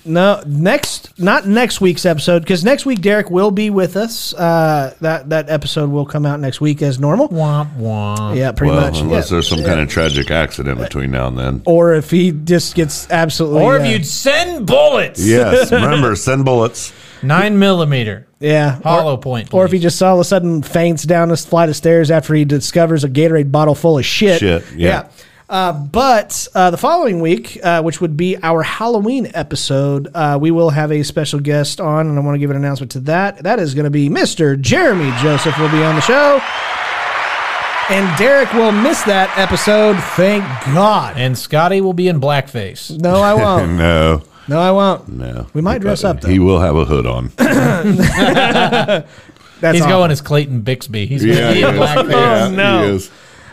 no next not next week's episode because next week Derek will be with us. Uh, that that episode will come out next week as normal. Womp womp. Yeah, pretty well, much. unless Yeah. there's some kind of tragic accident between now and then. Or if he just gets absolutely Or uh, if you'd send bullets. Yes, remember, send bullets. Nine millimeter. yeah Hollow point. Or if he please. just all of a sudden faints down a flight of stairs after he discovers a Gatorade bottle full of shit. Shit, yeah. Uh, but uh, the following week, uh, which would be our Halloween episode, uh, we will have a special guest on, and I want to give an announcement to that. That is going to be Mr. Jeremy Joseph will be on the show. And Derek will miss that episode. Thank God. And Scotty will be in blackface. No, [LAUGHS] I won't. no, No, I won't. no. We might dress up, though. He will have a hood [LAUGHS] on. That's He's awful. going as Clayton Bixby. He's going to be he in is. blackface. Yeah, Oh, no. he is.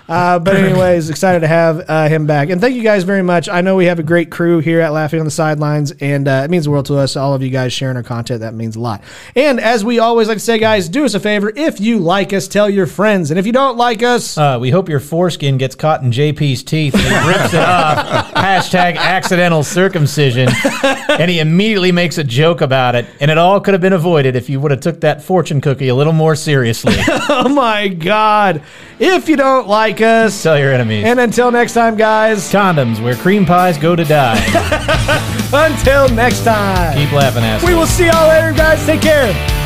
Uh, but anyways, excited to have uh, him back, and thank you guys very much. I know we have a great crew here at Laughing on the Sidelines, and uh, it means the world to us. All of you guys sharing our content that means a lot. And as we always like to say, guys, do us a favor: if you like us, tell your friends, and if you don't like us, [LAUGHS] Uh, we hope your foreskin gets caught in JP's teeth and he rips it [LAUGHS] off. Hashtag accidental circumcision. And he immediately makes a joke about it. And it all could have been avoided if you would have took that fortune cookie a little more seriously. oh my God, [LAUGHS] if you don't like us, Tell your enemies. and until next time, guys. Condoms, where cream pies go to die. Until next time, Keep laughing, ass. we will see y'all later, guys. Take care.